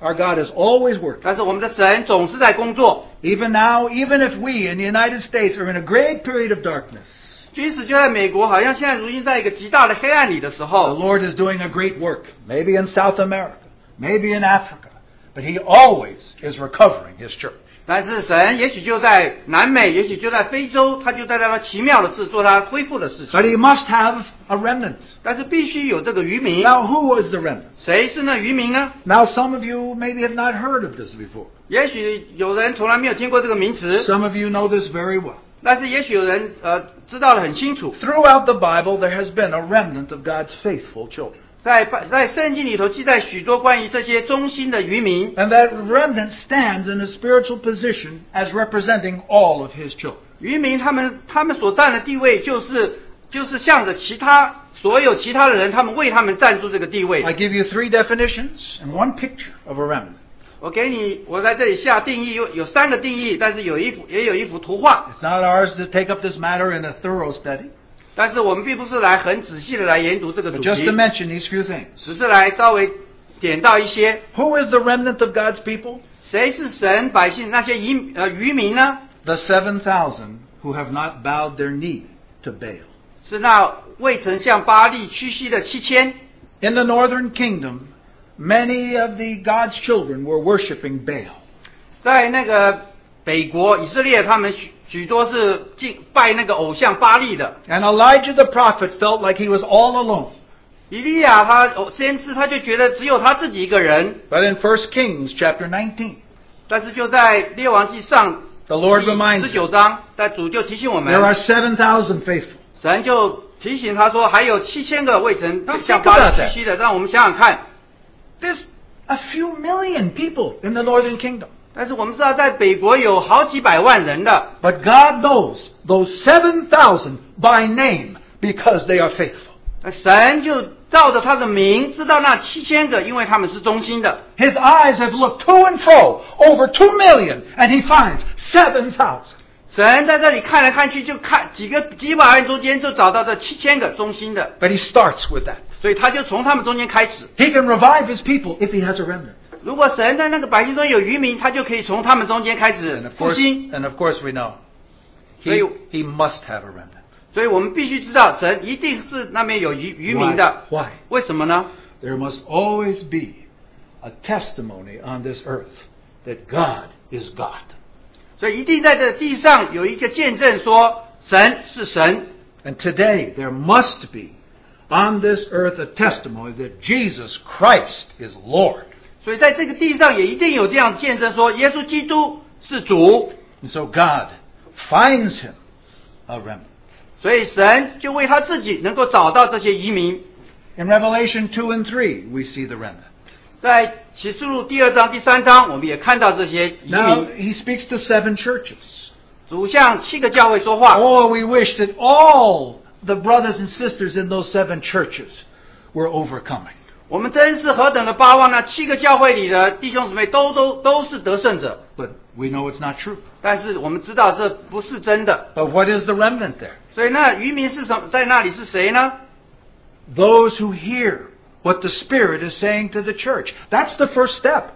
Speaker 2: Our God is always working.
Speaker 1: 但是我们的神总是在工作，
Speaker 2: Even now, even if we in the United States are in a great period of darkness,
Speaker 1: 即使就在美国，好像现在如今在一个极大的黑暗里的时
Speaker 2: The
Speaker 1: 候，
Speaker 2: Lord is doing a great work, maybe in South America, maybe in Africa, but He always is recovering His church.
Speaker 1: 但是神也许就在南美，也许就在非洲，他就在他奇妙的事做他恢复的事
Speaker 2: But
Speaker 1: 情。
Speaker 2: He must have a remnant.
Speaker 1: 但是必须有这个渔民，
Speaker 2: Now, who was the remnant?
Speaker 1: 谁是那渔民呢？
Speaker 2: Now, some of you maybe have not heard of this before.
Speaker 1: 也许有人从来没有听过这个名词，
Speaker 2: Some of you know this very well.
Speaker 1: 但是也许有人呃知道的很清楚。
Speaker 2: Throughout the Bible, there has been a remnant of God's faithful children.
Speaker 1: 在在圣经里头记载许多关于这些忠心的渔民，
Speaker 2: And that remnant stands in a spiritual position as representing all of His children.
Speaker 1: 渔民他们他们所占的地位就是就是向着其他所有其他的人，他们为他们站住这个地位
Speaker 2: I。give you three definitions and one picture of a remnant.
Speaker 1: 我给你，我在这里下定义有有三个定义，但是有一幅也有一幅图画，
Speaker 2: It's not ours to take up this matter in a thorough study.
Speaker 1: 但是我们并不是来很仔细的来研读这个主
Speaker 2: But just to
Speaker 1: 题，
Speaker 2: mention these few things.
Speaker 1: 只是来稍微点到一些，
Speaker 2: Who is the remnant of God's people?
Speaker 1: 谁是神百姓那些渔呃渔民呢？
Speaker 2: The 7,000 who have not bowed their knee to Baal.
Speaker 1: 是那未曾向巴利屈膝的七千。
Speaker 2: In the northern kingdom, many of the God's children were worshiping Baal.
Speaker 1: 在那个北国以色列，他们许许多是敬拜那个偶像巴利的。
Speaker 2: And Elijah the prophet felt like he was all alone.
Speaker 1: 以利亚他哦先知他就觉得只有他自己一个人，
Speaker 2: But in 1 Kings chapter 19,
Speaker 1: 但是就在列王记上
Speaker 2: the Lord
Speaker 1: 十
Speaker 2: reminds
Speaker 1: 九
Speaker 2: you,
Speaker 1: 章，但主就提醒我
Speaker 2: there are
Speaker 1: 们，
Speaker 2: 7,000 faithful.
Speaker 1: 神就提醒他说，还有七千个未曾
Speaker 2: Now think
Speaker 1: 向巴利
Speaker 2: about
Speaker 1: 屈
Speaker 2: that.
Speaker 1: 膝的。让我们想想看，
Speaker 2: There's a few million people in the northern kingdom.
Speaker 1: 但是我们知道在北国有好几百万人的，
Speaker 2: But God knows those 7,000 by name because they are faithful.
Speaker 1: 呃神就照着他的名知道那七千个，因为他们是忠心的。
Speaker 2: His eyes have looked to and fro over two million, and he finds seven thousand.
Speaker 1: 神在这里看来看去，就看几个几百人中间就找到这七千个忠心的，
Speaker 2: But he starts with that.
Speaker 1: 所以他就从他们中间开始。
Speaker 2: He can revive his people if he has a remnant.
Speaker 1: 如果神在那个百姓中有余民，他就可以从他们中间开始
Speaker 2: And of
Speaker 1: 复
Speaker 2: course,
Speaker 1: 兴。
Speaker 2: and of course we know. He,
Speaker 1: So-
Speaker 2: he must have a remnant.
Speaker 1: 所以我们必须知道，神一定是那边有余余民
Speaker 2: Why?
Speaker 1: 的。
Speaker 2: Why?
Speaker 1: 为什么呢？
Speaker 2: There must always be a testimony on this earth that God is God.
Speaker 1: 所以一定在这地上有一个见证说神是神。
Speaker 2: And today there must be on this earth a testimony that Jesus Christ is Lord.
Speaker 1: 所以在这个地上也一定有这样的见证说耶稣基督是主。
Speaker 2: And so God finds him a remnant.
Speaker 1: 所以神就为他自己能够找到这些移民。
Speaker 2: In Revelation 2 and 3, we see the remnant.
Speaker 1: 在启示录第二章、第三章，我们也看到这些移
Speaker 2: Now,
Speaker 1: 民
Speaker 2: he speaks to seven churches.
Speaker 1: 主向七个教会说话。
Speaker 2: Oh, we wish that all the brothers and sisters in those seven churches were overcoming.
Speaker 1: 我们真是何等的巴望那七个教会里的弟兄姊妹都都都是得胜者，
Speaker 2: But we know it's not true.
Speaker 1: 但是我们知道这不是真的。
Speaker 2: But what is the remnant there?
Speaker 1: 所以那渔民是什么？在那里是谁呢？
Speaker 2: Those who hear what the Spirit is saying to the church. That's the first step.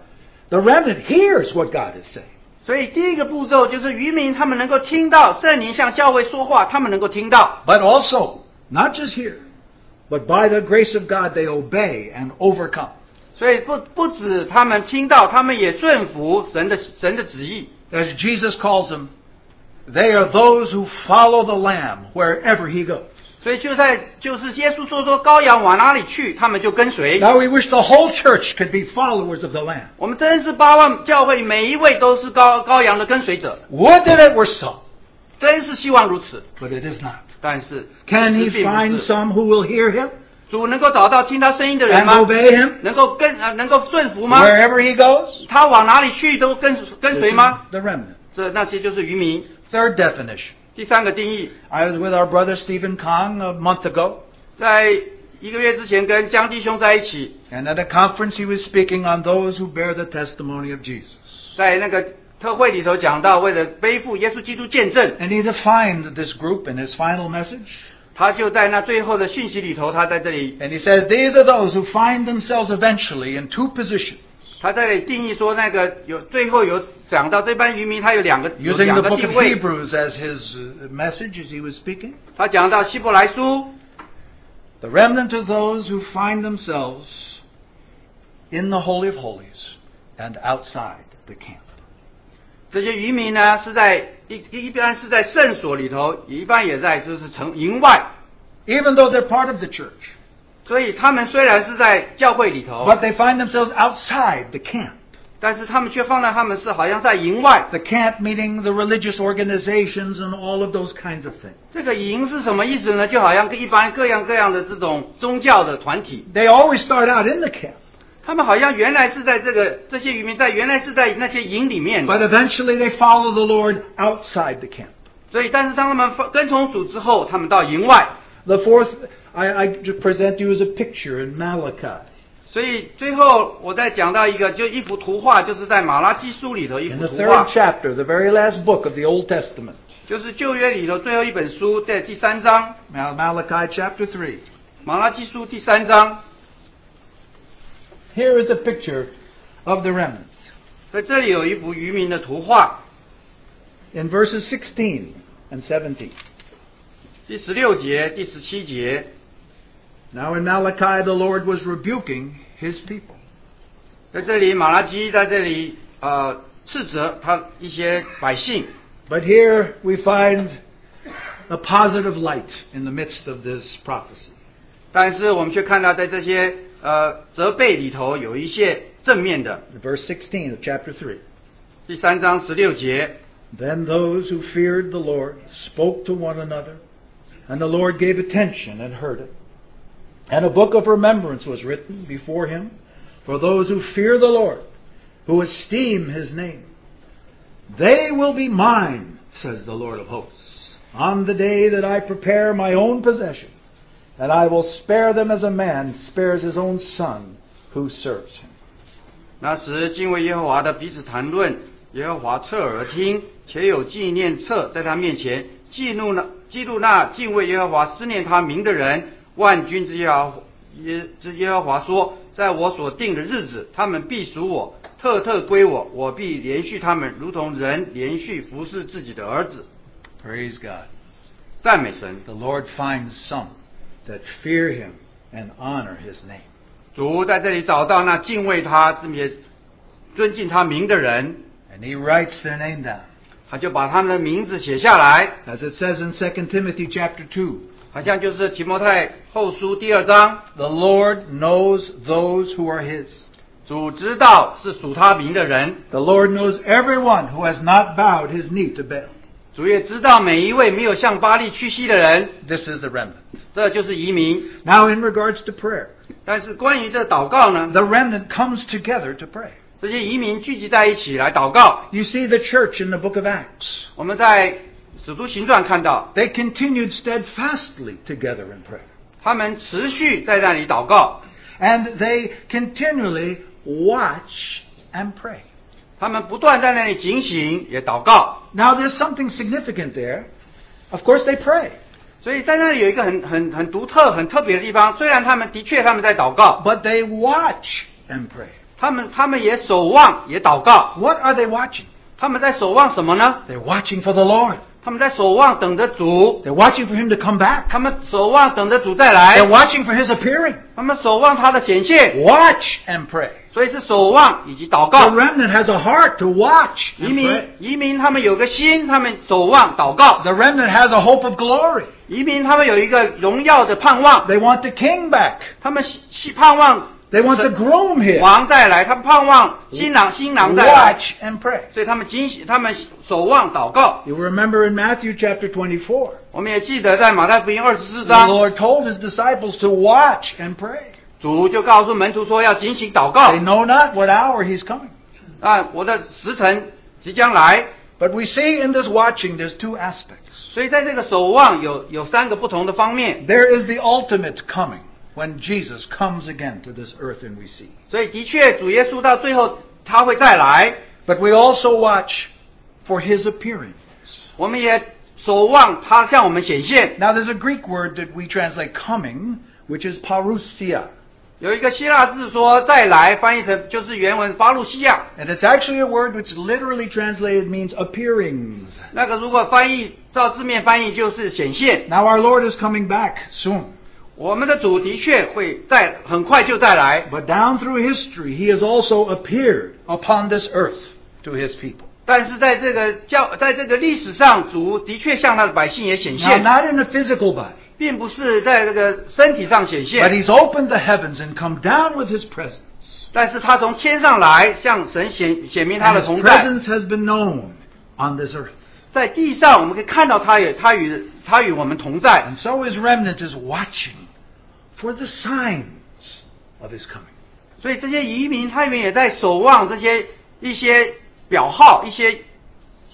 Speaker 2: The remnant hears what God is saying.
Speaker 1: 所以第一个步骤就是渔民他们能够听到圣灵向教会说话，他们能够听到，
Speaker 2: But also, not just hear, but by the grace of God, they obey and overcome.
Speaker 1: 所以不不止他们听到，他们也顺服神的神的旨意。
Speaker 2: As Jesus calls them, they are those who follow the Lamb wherever he goes.
Speaker 1: 所以就在就是耶稣说说羔羊往哪里去，他们就跟随。
Speaker 2: Now we wish the whole church could be followers of the Lamb.
Speaker 1: 我们真是巴望教会每一位都是羔羔羊的跟随者，
Speaker 2: Would that it were so,
Speaker 1: 真是希望如此。
Speaker 2: but it is not.
Speaker 1: 但是
Speaker 2: Can
Speaker 1: 其
Speaker 2: he
Speaker 1: 实并不
Speaker 2: find
Speaker 1: 是
Speaker 2: some who will hear him
Speaker 1: 主能够找到听他声音的人
Speaker 2: and
Speaker 1: 吗？
Speaker 2: obey him
Speaker 1: 能够跟呃能够顺服吗？
Speaker 2: wherever he goes?
Speaker 1: 他往哪里去都跟跟
Speaker 2: This
Speaker 1: 随
Speaker 2: is
Speaker 1: 吗？
Speaker 2: The remnant.
Speaker 1: 这那些就是渔民。
Speaker 2: Third definition.
Speaker 1: 第三个定义，
Speaker 2: I was with our brother Stephen Kong a month ago,
Speaker 1: 在一个月之前跟江弟兄在一起，
Speaker 2: and at a conference he was speaking on those who bear the testimony of Jesus.
Speaker 1: 在那个特会里头讲到，为了背负耶稣基督见证，
Speaker 2: And he defined this group in his final message.
Speaker 1: 他就在那最后的讯息里头，他在这里
Speaker 2: And he says, These are those who find themselves eventually in two positions
Speaker 1: 他在这里定义说，那个有最后有讲到这班渔民，他有两个有
Speaker 2: using
Speaker 1: 两
Speaker 2: the
Speaker 1: 个
Speaker 2: book
Speaker 1: 地
Speaker 2: of
Speaker 1: 位，
Speaker 2: Hebrews as his uh, message as he was speaking.
Speaker 1: 他讲到希伯来书，
Speaker 2: The remnant of those who find themselves in the Holy of Holies and outside the camp.
Speaker 1: 这些渔民呢是在一一一般是在圣所里头，一般也在就是城营外，
Speaker 2: Even though they're part of the church,
Speaker 1: 所以他们虽然是在教会里头，
Speaker 2: but they find themselves outside the camp.
Speaker 1: 但是他们却放在他们是好像在营外。
Speaker 2: The camp meaning the religious organizations and all of those kinds of things.
Speaker 1: 这个营是什么意思呢？就好像一般各样各样的这种宗教的团体，
Speaker 2: They always start out in the camp,
Speaker 1: 他们好像原来是在这个这些渔民在原来是在那些营里面的
Speaker 2: but eventually they follow the Lord outside the camp.
Speaker 1: 所以，但是当他们放跟从主之后，他们到营外，
Speaker 2: The fourth I, I just present you as a picture in Malachi.
Speaker 1: 所以最后我再讲到一个，就一幅图画，就是在马拉基书里头一
Speaker 2: In
Speaker 1: 幅
Speaker 2: the
Speaker 1: 图画
Speaker 2: third，chapter, the very last book of the Old Testament.
Speaker 1: 就是旧约里头最后一本书，在第三章，
Speaker 2: Now Malachi chapter 3.
Speaker 1: 马拉基书第三章，
Speaker 2: Here is a picture of the remnant.
Speaker 1: 在这里有一幅渔民的图画，
Speaker 2: In verses 16 and 17.
Speaker 1: 第十六节、第十七节，
Speaker 2: Now in Malachi, the Lord was rebuking his people.
Speaker 1: 在这里马拉基在这里呃斥责他一些百姓，
Speaker 2: But here we find a positive light in the midst of this prophecy.
Speaker 1: 但是我们却看到在这些呃责备里头有一些正面的。
Speaker 2: Verse 16 of chapter 3.
Speaker 1: 第三章十六节，
Speaker 2: Then those who feared the Lord spoke to one another, and the Lord gave attention and heard it. And a book of remembrance was written before him for those who fear the Lord, who esteem his name. They will be mine, says the Lord of hosts, on the day that I prepare my own possession and I will spare them as a man spares his own son who serves him.
Speaker 1: 那时敬畏耶和华的彼此谈论，耶和华侧耳听，且有纪念册在他面前，记录那记录那敬畏耶和华、思念他名的人。万军之耶和华耶之耶和华说，在我所定的日子，他们必属我，特特归我，我必连续他们，如同人连续服侍自己的儿子。
Speaker 2: Praise God.
Speaker 1: 赞美神，
Speaker 2: The Lord finds some that fear him and honor his name.
Speaker 1: 主在这里找到那敬畏他、这么也尊敬他名的人，
Speaker 2: And he writes their name down.
Speaker 1: 他就把他们的名字写下来，
Speaker 2: As it says in 2 Timothy chapter 2,
Speaker 1: 好像就是提摩太后书第二章，
Speaker 2: the Lord knows those who are his.
Speaker 1: 主知道是属他名的人，
Speaker 2: The Lord knows everyone who has not bowed his knee to Baal.
Speaker 1: 主也知道每一位没有向巴利屈膝的人，
Speaker 2: This is the remnant.
Speaker 1: 这就是移民。
Speaker 2: Now, in regards to prayer,
Speaker 1: 但是关于这祷告呢，
Speaker 2: the remnant comes together to pray.
Speaker 1: 这些移民聚集在一起来祷告。
Speaker 2: You see the church in the book of Acts.
Speaker 1: 我们在《使徒行传》看到，
Speaker 2: They continued steadfastly together in prayer.
Speaker 1: 他们持续在那里祷告，
Speaker 2: And they continually watch and pray.
Speaker 1: 他们不断在那里警醒，也祷告。
Speaker 2: Now, there's something significant there. Of course, they pray.
Speaker 1: 所以在那里有一个很很很独特、很特别的地方。虽然他们的确他们在祷告，
Speaker 2: But they watch and pray.
Speaker 1: 他们他们也守望，也祷告。
Speaker 2: What are they watching?
Speaker 1: 他们在守望什么呢？
Speaker 2: They're watching for the Lord.
Speaker 1: 他们在守望等着主，
Speaker 2: They're watching for Him to come back.
Speaker 1: 他们守望等着主再来
Speaker 2: They're，watching for His appearing.
Speaker 1: 他们守望他的显现。
Speaker 2: Watch and pray.
Speaker 1: 所以是守望以及祷
Speaker 2: The
Speaker 1: 告。
Speaker 2: remnant has a heart to watch
Speaker 1: 移
Speaker 2: and
Speaker 1: 民
Speaker 2: pray.
Speaker 1: 移民他们有个心，他们守望祷告。
Speaker 2: The remnant has a hope of glory.
Speaker 1: 移民他们有一个荣耀的盼望，
Speaker 2: They want the king back.
Speaker 1: 他们希希盼望
Speaker 2: They want the groom here.
Speaker 1: 王再来，他们盼望新郎新郎再来，
Speaker 2: Watch and pray.
Speaker 1: 所以他们惊喜，他们守望祷告。
Speaker 2: You remember in Matthew chapter 24,
Speaker 1: 我们也记得在马太福音二十四
Speaker 2: the
Speaker 1: 章，
Speaker 2: Lord told his disciples to watch and pray.
Speaker 1: 主就告诉门徒说要警醒祷告
Speaker 2: They know not what hour he's coming.
Speaker 1: 啊，我的时辰即将来。
Speaker 2: But we see in this watching there's two aspects.
Speaker 1: 所以在这个守望有有三个不同的方面，
Speaker 2: There is the ultimate coming when Jesus comes again to this earth and we see.
Speaker 1: 所以的确主耶稣到最后他会再来，
Speaker 2: But we also watch for his appearing.
Speaker 1: 我们也守望他向我们显现。
Speaker 2: Now there's a Greek word that we translate coming, which is parousia.
Speaker 1: 有一个希腊字说“再来”，翻译成就是原文巴路西亚。
Speaker 2: And it's actually a word which literally translated means appearings.
Speaker 1: 那个如果翻译照字面翻译就是显现。
Speaker 2: Now our Lord is coming back soon.
Speaker 1: 我们的主的确会在很快就再来，
Speaker 2: But down through history, he has also appeared upon this earth to his people.
Speaker 1: 但是在这个教在这个历史上，主的确向他的百姓也显
Speaker 2: Now,
Speaker 1: 现，
Speaker 2: not in a physical body,
Speaker 1: 并不是在这个身体上显
Speaker 2: but
Speaker 1: 现，
Speaker 2: he's opened the heavens and come down with his presence.
Speaker 1: 但是他从天上来，向神显显明他
Speaker 2: And
Speaker 1: 的
Speaker 2: his
Speaker 1: 同在，
Speaker 2: presence has been known on this earth.
Speaker 1: 在地上我们可以看到他也他与他与我们同在，
Speaker 2: And so his remnant is watching for the signs of his coming.
Speaker 1: 所以这些移民他们也在守望这些一些表号，一些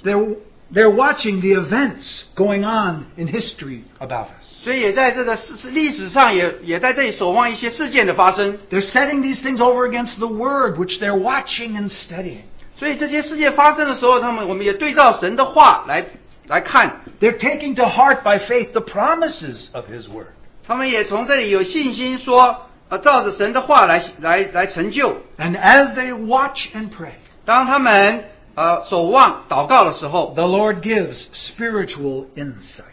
Speaker 2: They're, they're watching the events going on in history about us.
Speaker 1: 所以也在这个事历史上也也在这里守望一些事件的发生，
Speaker 2: They're setting these things over against the word, which they're watching and studying.
Speaker 1: 所以这些事件发生的时候，他们我们也对照神的话来来看，
Speaker 2: They're taking to heart by faith the promises of his word.
Speaker 1: 他们也从这里有信心说，呃，照着神的话来来来成就。
Speaker 2: And as they watch and pray,
Speaker 1: 当他们呃守望祷告的时候，
Speaker 2: the Lord gives spiritual insight.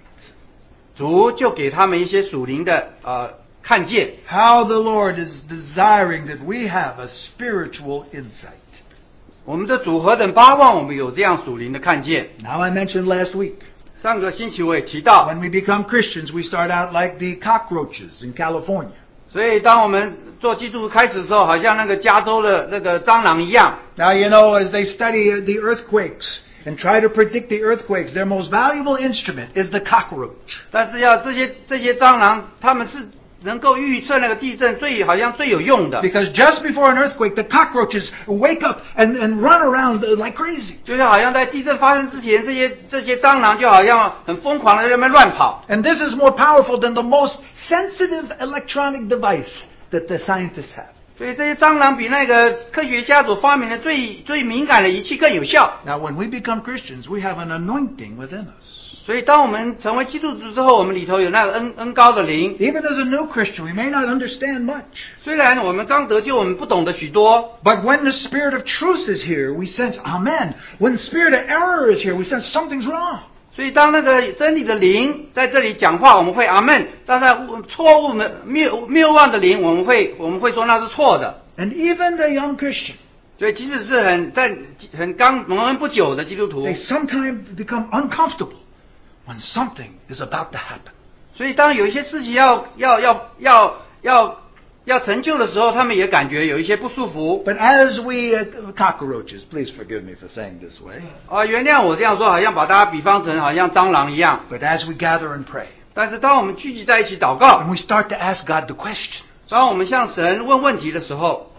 Speaker 1: 主就给他们一些属灵的呃看见，
Speaker 2: How the Lord is desiring that we have a spiritual insight.
Speaker 1: 我们的主何等巴望我们有这样属灵的看见。
Speaker 2: Now, I mentioned last week,
Speaker 1: 上个星期我也提到，
Speaker 2: when we become Christians, we start out like the cockroaches in California.
Speaker 1: 所以，当我们做基督徒开始的时候，好像那个加州的那个蟑螂一样。
Speaker 2: Now, you know, as they study the earthquakes and try to predict the earthquakes, their most valuable instrument is the cockroach.
Speaker 1: 但是要这些这些蟑螂，他们是能够预测那个地震最好像最有用的，
Speaker 2: Because just before an earthquake, the cockroaches wake up and, and run around uh, like crazy.
Speaker 1: 就是好像在地震发生之前，这些这些蟑螂就好像很疯狂的在那边乱跑。
Speaker 2: And this is more powerful than the most sensitive electronic device that the scientists have.
Speaker 1: 所以这些蟑螂比那个科学家所发明的最最敏感的仪器更有效。
Speaker 2: Now, when we become Christians, we have an anointing within us.
Speaker 1: 所以当我们成为基督徒之后，我们里头有那个恩恩高的灵。
Speaker 2: Even as a new Christian, we may not understand much.
Speaker 1: 虽然我们刚得救，我们不懂得许多，
Speaker 2: But when the spirit of truth is here, we sense, Amen. When the spirit of error is here, we sense something's wrong.
Speaker 1: 所以当那个真理的灵在这里讲话，我们会阿门；当那错误的谬谬妄的灵，我们会我们会说那是错的。
Speaker 2: And even the young Christian,
Speaker 1: 所以即使是很在很刚蒙恩不久的基督徒
Speaker 2: they，sometimes become uncomfortable when something is about to happen.
Speaker 1: 所以当有一些事情要要要要要要成就的时候，他们也感觉有一些不舒服。
Speaker 2: But as we, uh, cockroaches, please forgive me for saying this way,
Speaker 1: 啊，原谅我这样说，好像把大家比方成好像蟑螂一样。
Speaker 2: but as we gather and pray,
Speaker 1: 但是当我们聚集在一起祷告
Speaker 2: and，we start to ask God the question,
Speaker 1: 当我们向神问问题的时候，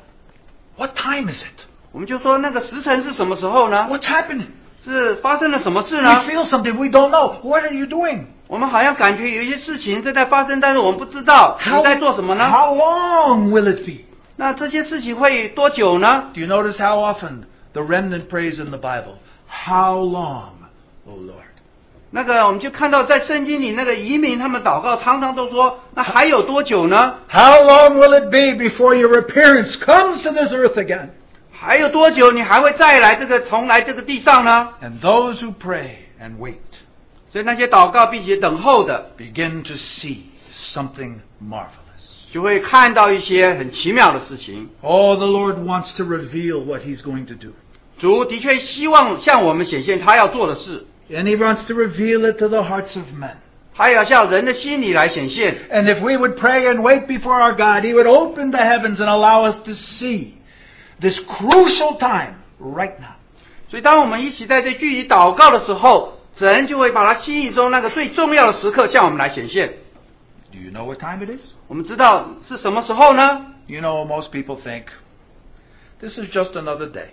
Speaker 2: what time is it?
Speaker 1: 我们就说那个时辰是什么时候呢？
Speaker 2: What's happening?
Speaker 1: 是发生了什么事
Speaker 2: We
Speaker 1: 呢？
Speaker 2: feel something we don't know. What are you doing?
Speaker 1: 我们好像感觉有一些事情正在发生，但是我们不知道你在做什么呢？
Speaker 2: how long will it be?
Speaker 1: 那这些事情会多久呢？
Speaker 2: Do you notice how often the remnant prays in the Bible? How long, O Lord?
Speaker 1: 那个我们就看到在圣经里那个移民他们祷告，常常都说那还有多久呢？
Speaker 2: How long will it be before your appearance comes to this earth again?
Speaker 1: 还有多久你还会再来这个重来这个地上呢？
Speaker 2: And those who pray and wait
Speaker 1: 所以那些祷告并且等候的，
Speaker 2: begin to see something marvelous.
Speaker 1: 就会看到一些很奇妙的事情。
Speaker 2: Oh, the Lord wants to reveal what He's going to do.
Speaker 1: 主的确希望向我们显现他要做的事，
Speaker 2: And He wants to reveal it to the hearts of men.
Speaker 1: 他也要向人的心里来显现。
Speaker 2: And if we would pray and wait before our God, He would open the heavens and allow us to see this crucial time right now.
Speaker 1: 所以，当我们一起在这距离祷告的时候，神就会把他心意中那个最重要的时刻向我们来显现。
Speaker 2: Do you know what time it is?
Speaker 1: 我们知道是什么时候呢？
Speaker 2: You know, most people think this is just another day.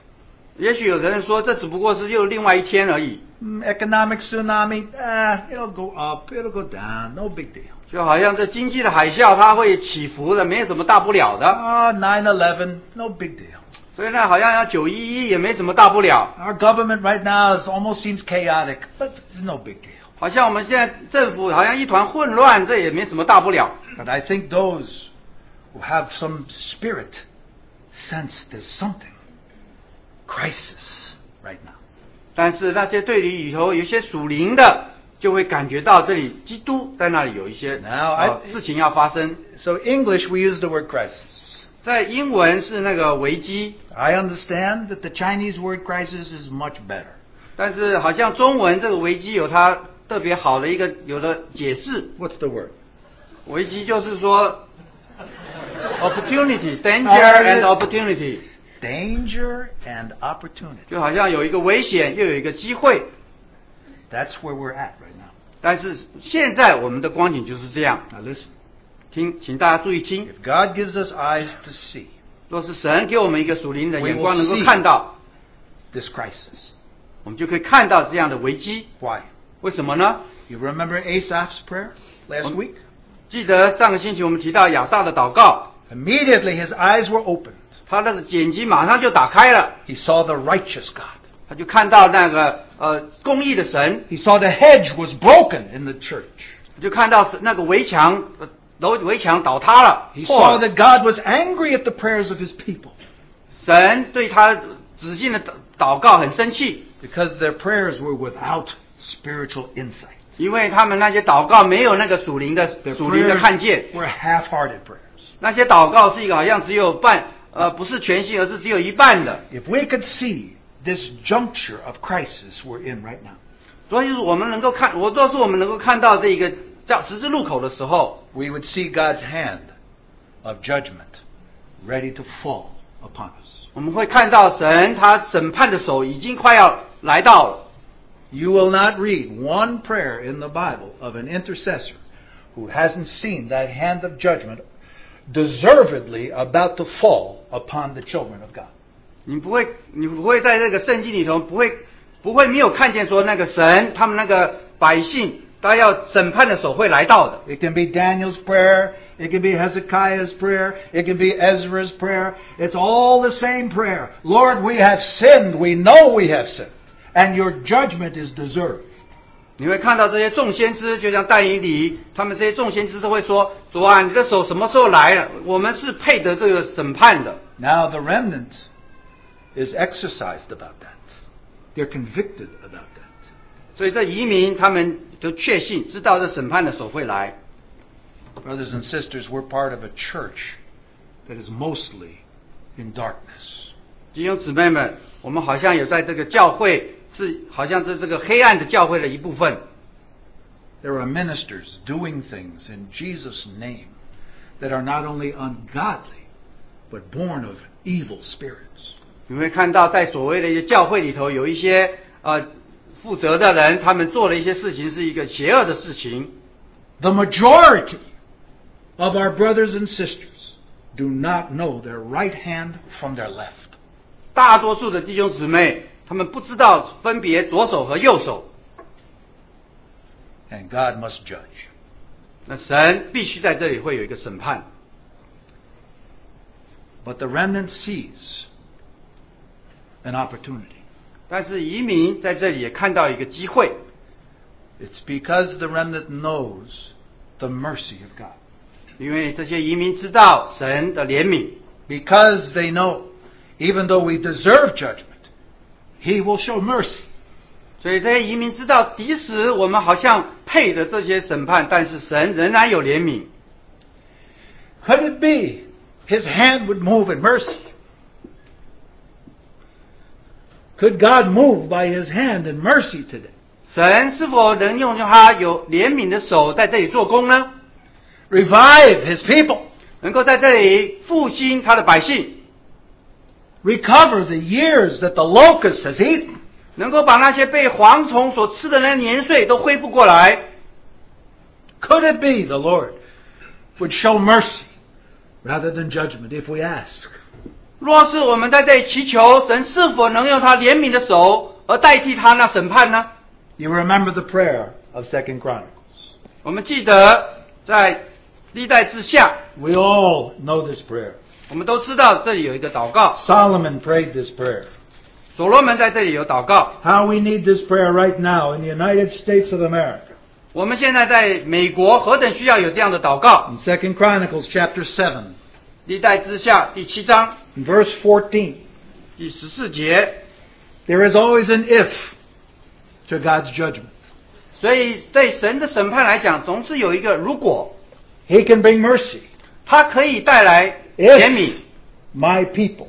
Speaker 1: 也许有的人说，这只不过是又另外一天而已，
Speaker 2: Mm, economic tsunami, eh, it'll go up, it'll go down, no big deal.
Speaker 1: 就好像这经济的海啸，它会起伏的，没有什么大不了的。
Speaker 2: Ah, 9 11, no big deal.
Speaker 1: 所以呢，好像要九一一也没什么大不了，
Speaker 2: Our government right now is almost seems chaotic, but it's no big deal.
Speaker 1: 好像我们现在政府好像一团混乱，这也没什么大不了。
Speaker 2: But I think those who have some spirit sense there's something crisis right now.
Speaker 1: 但是那些对里头有些属灵的，就会感觉到这里基督在那里有一些
Speaker 2: Now,
Speaker 1: 呃
Speaker 2: I-
Speaker 1: 事情要发生。
Speaker 2: So English, we use the word crisis.
Speaker 1: 在英文是那个危机，
Speaker 2: I understand that the Chinese word crisis is much better.
Speaker 1: 但是好像中文这个危机有它特别好的一个有的解释。
Speaker 2: What's the word?
Speaker 1: 危机就是说 opportunity danger
Speaker 2: 啊
Speaker 1: and
Speaker 2: 那
Speaker 1: opportunity，
Speaker 2: Danger and opportunity.
Speaker 1: 就好像有一个危险又有一个机会。
Speaker 2: That's where we're at right now.
Speaker 1: 但是现在我们的光景就是这样，
Speaker 2: Now listen.
Speaker 1: 听，请大家注意听。
Speaker 2: If God gives us eyes to see
Speaker 1: 若是神给我们一个属灵的
Speaker 2: We
Speaker 1: 眼光，能够
Speaker 2: will see.
Speaker 1: 看到，
Speaker 2: this crisis,
Speaker 1: 我们就可以看到这样的危机。
Speaker 2: why?
Speaker 1: 为什么呢？
Speaker 2: You remember Asaph's prayer last
Speaker 1: Um,
Speaker 2: week?
Speaker 1: 记得上个星期我们提到亚萨的祷告，
Speaker 2: Immediately his eyes were opened.
Speaker 1: 他那个眼睛马上就打开了，
Speaker 2: He saw the righteous God.
Speaker 1: 他就看到那个呃公义的神，
Speaker 2: He saw the hedge was broken in the church.
Speaker 1: 就看到那个围墙呃楼围墙倒塌了
Speaker 2: He，
Speaker 1: 破
Speaker 2: saw
Speaker 1: 了。
Speaker 2: that God was angry at the prayers of his people
Speaker 1: 神对他指进的祷祷告很生气，
Speaker 2: because their prayers were without spiritual insight.
Speaker 1: 因为他们那些祷告没有那个属灵的
Speaker 2: Their
Speaker 1: 属灵的看见
Speaker 2: prayers，were half-hearted prayers.
Speaker 1: 那些祷告是一个好像只有半呃不是全心，而是只有一半的。
Speaker 2: If we could see this juncture of crisis we're in right now,
Speaker 1: 所以我们能够看，我若是我们能够看到这个叫十字路口的时候，
Speaker 2: we would see God's hand of judgment ready to fall upon us.
Speaker 1: 我们会看到神他审判的手已经快要来到了。
Speaker 2: You will not read one prayer in the Bible of an intercessor who hasn't seen that hand of judgment deservedly about to fall upon the children of God.
Speaker 1: 你不会，你不会在这个圣经里头不会不会没有看见说那个神他们那个百姓，他要审判的手会来到的。
Speaker 2: It can be Daniel's prayer, it can be Hezekiah's prayer, it can be Ezra's prayer. It's all the same prayer. Lord, we have sinned. We know we have sinned. And your judgment is deserved.
Speaker 1: 你会看到这些众先知，就像但以理，他们这些众先知都会说：“主啊，你的手什么时候来了？我们是配得这个审判的。
Speaker 2: Now the remnant is exercised about that. They're convicted about that. ”
Speaker 1: 所以这移民他们就确信知道这审判的手会来。
Speaker 2: Brothers and sisters, we're part of a church that is mostly in darkness.
Speaker 1: 弟兄姊妹们，我们好像有在这个教会是好像是这个黑暗的教会的一部分。
Speaker 2: There are ministers doing things in Jesus' name that are not only ungodly, but born of evil spirits.
Speaker 1: 你会看到，在所谓的一些教会里头，有一些呃负责的人，他们做了一些事情是一个邪恶的事情。
Speaker 2: The majority of our brothers and sisters do not know their right hand from their left.
Speaker 1: 大多数的弟兄姊妹，他们不知道分别左手和右手。
Speaker 2: And God must judge.
Speaker 1: 那神必须在这里会有一个审判。
Speaker 2: But the remnant sees an opportunity.
Speaker 1: 但是移民在这里也看到一个机会，
Speaker 2: It's because the remnant knows the mercy of God.
Speaker 1: 因为这些移民知道神的怜悯，
Speaker 2: Because they know, even though we deserve judgment, He will show mercy.
Speaker 1: 所以这些移民知道，即使我们好像配着这些审判，但是神仍然有怜悯。
Speaker 2: Could it be His hand would move in mercy? Could God move by His hand in mercy today?
Speaker 1: 神是否能用他有怜悯的手在这里做工呢？
Speaker 2: Revive His people.
Speaker 1: 能够在这里复兴他的百姓，
Speaker 2: Recover the years that the locust has eaten.
Speaker 1: 能够把那些被蝗虫所吃的那年岁都恢复过来。
Speaker 2: Could it be the Lord would show mercy rather than judgment if we ask?
Speaker 1: 若是我们在这里祈求神是否能用他怜悯的手而代替他那审判呢？
Speaker 2: You remember the prayer of Second Chronicles.
Speaker 1: 我们记得在历代之下，
Speaker 2: We all know this prayer.
Speaker 1: 我们都知道这里有一个祷告，
Speaker 2: Solomon prayed this prayer.
Speaker 1: 所罗门在这里有祷告。
Speaker 2: How we need this prayer right now in the United States of America.
Speaker 1: 我们现在在美国何等需要有这样的祷告？
Speaker 2: In Second Chronicles chapter 7,
Speaker 1: 历代之下第七章
Speaker 2: in verse 14,
Speaker 1: 第十四节，
Speaker 2: there is always an if to God's judgment.
Speaker 1: 所以对神的审判来讲，总是有一个如果，
Speaker 2: He can bring mercy.
Speaker 1: 它可以带来
Speaker 2: If
Speaker 1: 怜悯。
Speaker 2: My people,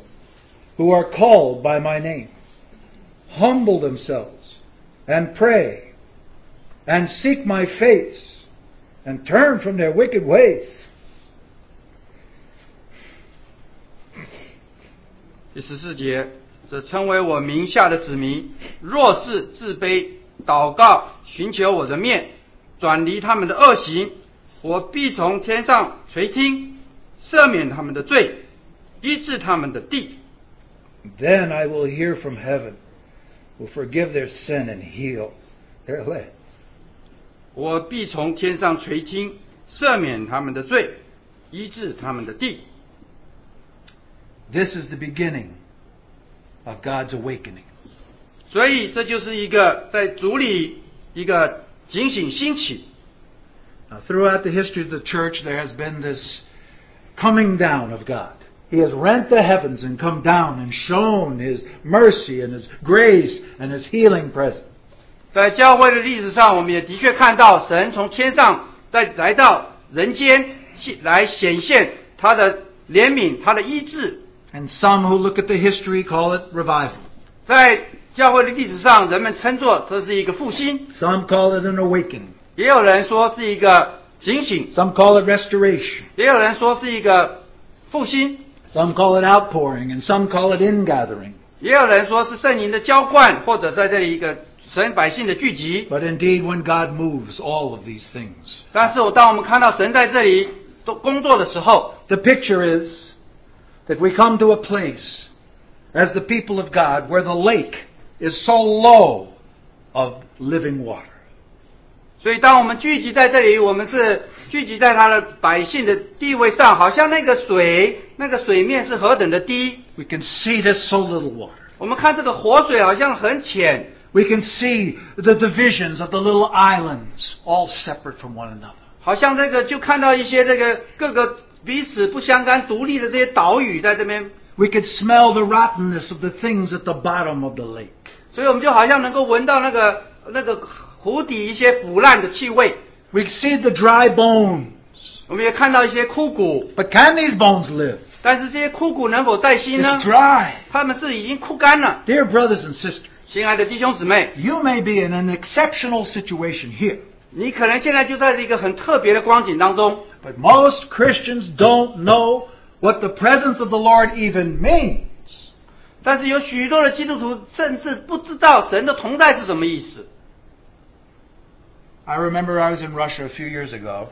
Speaker 2: who are called by my name, humble themselves and pray and seek my face and turn from their wicked ways.
Speaker 1: 第十四节，这称为我名下的子民，若是自卑、祷告、寻求我的面，转离他们的恶行，我必从天上垂听，赦免他们的罪，医治他们的地。
Speaker 2: Then I will hear from heaven, will forgive their sin and heal their land.
Speaker 1: 我必从天上垂听，赦免他们的罪，医治他们的地。
Speaker 2: This is the beginning of God's awakening.
Speaker 1: 所以这就是一个在主里一个警醒兴起。
Speaker 2: Now, Uh, throughout the history of the church, there has been this coming down of God. He has rent the heavens and come down and shown His mercy and His grace and His healing presence.
Speaker 1: 在教会的历史上，我们也的确看到神从天上再来到人间，现来显现他的怜悯、他的医治。
Speaker 2: And some who look at the history call it revival.
Speaker 1: 在教会的历史上，人们称作这是一个复兴，
Speaker 2: Some call it an awakening.
Speaker 1: 也有人说是一个警醒，
Speaker 2: Some call it restoration.
Speaker 1: 也有人说是一个复兴，
Speaker 2: Some call it outpouring. And some call it ingathering.
Speaker 1: 也有人说是圣灵的浇灌，或者在这里一个神百姓的聚集。
Speaker 2: But indeed, when God moves, all of these things.
Speaker 1: 但是我当我们看到神在这里都工作的时候，
Speaker 2: The picture is that we come to a place as the people of God where the lake is so low of living water.
Speaker 1: 所以当我们聚集在这里，我们是聚集在他的百姓的地位上，好像那个水，那个水面是何等的低。
Speaker 2: We can see there's so little water.
Speaker 1: 我们看这个活水好像很浅，
Speaker 2: We can see the divisions of the little islands, all separate from one another.
Speaker 1: 好像这个就看到一些这个各个彼此不相干、独立的这些岛屿在这边，
Speaker 2: We could smell the rottenness of the things at the bottom of the lake.
Speaker 1: 所以我们就好像能够闻到那个那个湖底一些腐烂的气味。
Speaker 2: We could see the dry bones.
Speaker 1: 我们也看到一些枯骨，
Speaker 2: But can these bones live?
Speaker 1: 但是这些枯骨能否再新呢
Speaker 2: It's？dry.
Speaker 1: 他们是已经枯干了。
Speaker 2: Dear brothers and sisters,
Speaker 1: 亲爱的弟兄姊妹，
Speaker 2: you may be in an exceptional situation here.
Speaker 1: 你可能现在就在一个很特别的光景当中，
Speaker 2: But most Christians don't know what the presence of the Lord even means.
Speaker 1: 但是有许多的基督徒甚至不知道神的同在是什么意思。
Speaker 2: I remember I was in Russia a few years ago,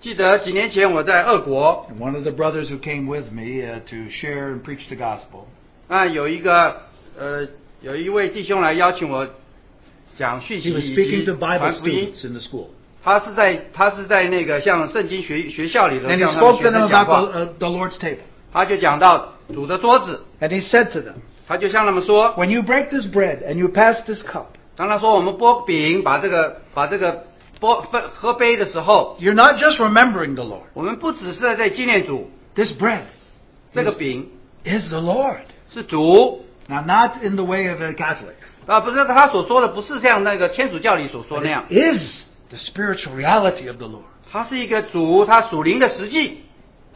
Speaker 1: 记得几年前我在俄国，
Speaker 2: and one of the brothers who came with me uh, to share and preach the gospel,
Speaker 1: 啊，有一个呃，有一位弟兄来邀请我讲讯息
Speaker 2: he
Speaker 1: 以
Speaker 2: was
Speaker 1: 及
Speaker 2: speaking to
Speaker 1: 传
Speaker 2: Bible
Speaker 1: 福音。
Speaker 2: students in the school.
Speaker 1: 他是在他是在那个像圣经学学校里头
Speaker 2: And he
Speaker 1: 向他们
Speaker 2: spoke
Speaker 1: 学
Speaker 2: to them
Speaker 1: 生讲
Speaker 2: about
Speaker 1: 话，
Speaker 2: the, uh, the Lord's table.
Speaker 1: 他就讲到主的桌子，
Speaker 2: And he said to them,
Speaker 1: 他就向他们说，
Speaker 2: When you break this bread and you pass this cup,
Speaker 1: 当他说我们剥饼，把这个把这个剥分喝杯的时候，
Speaker 2: you're not just remembering the Lord.
Speaker 1: 我们不只是在纪念主，
Speaker 2: This bread
Speaker 1: 这个
Speaker 2: Yes.
Speaker 1: 饼
Speaker 2: is the Lord.
Speaker 1: 是主，
Speaker 2: Now, not in the way of a Catholic.
Speaker 1: 啊，不是他所说的，不是像那个天主教里所说
Speaker 2: But
Speaker 1: 那样
Speaker 2: it，is the spiritual reality of the Lord.
Speaker 1: 他是一个主，他属灵的实际。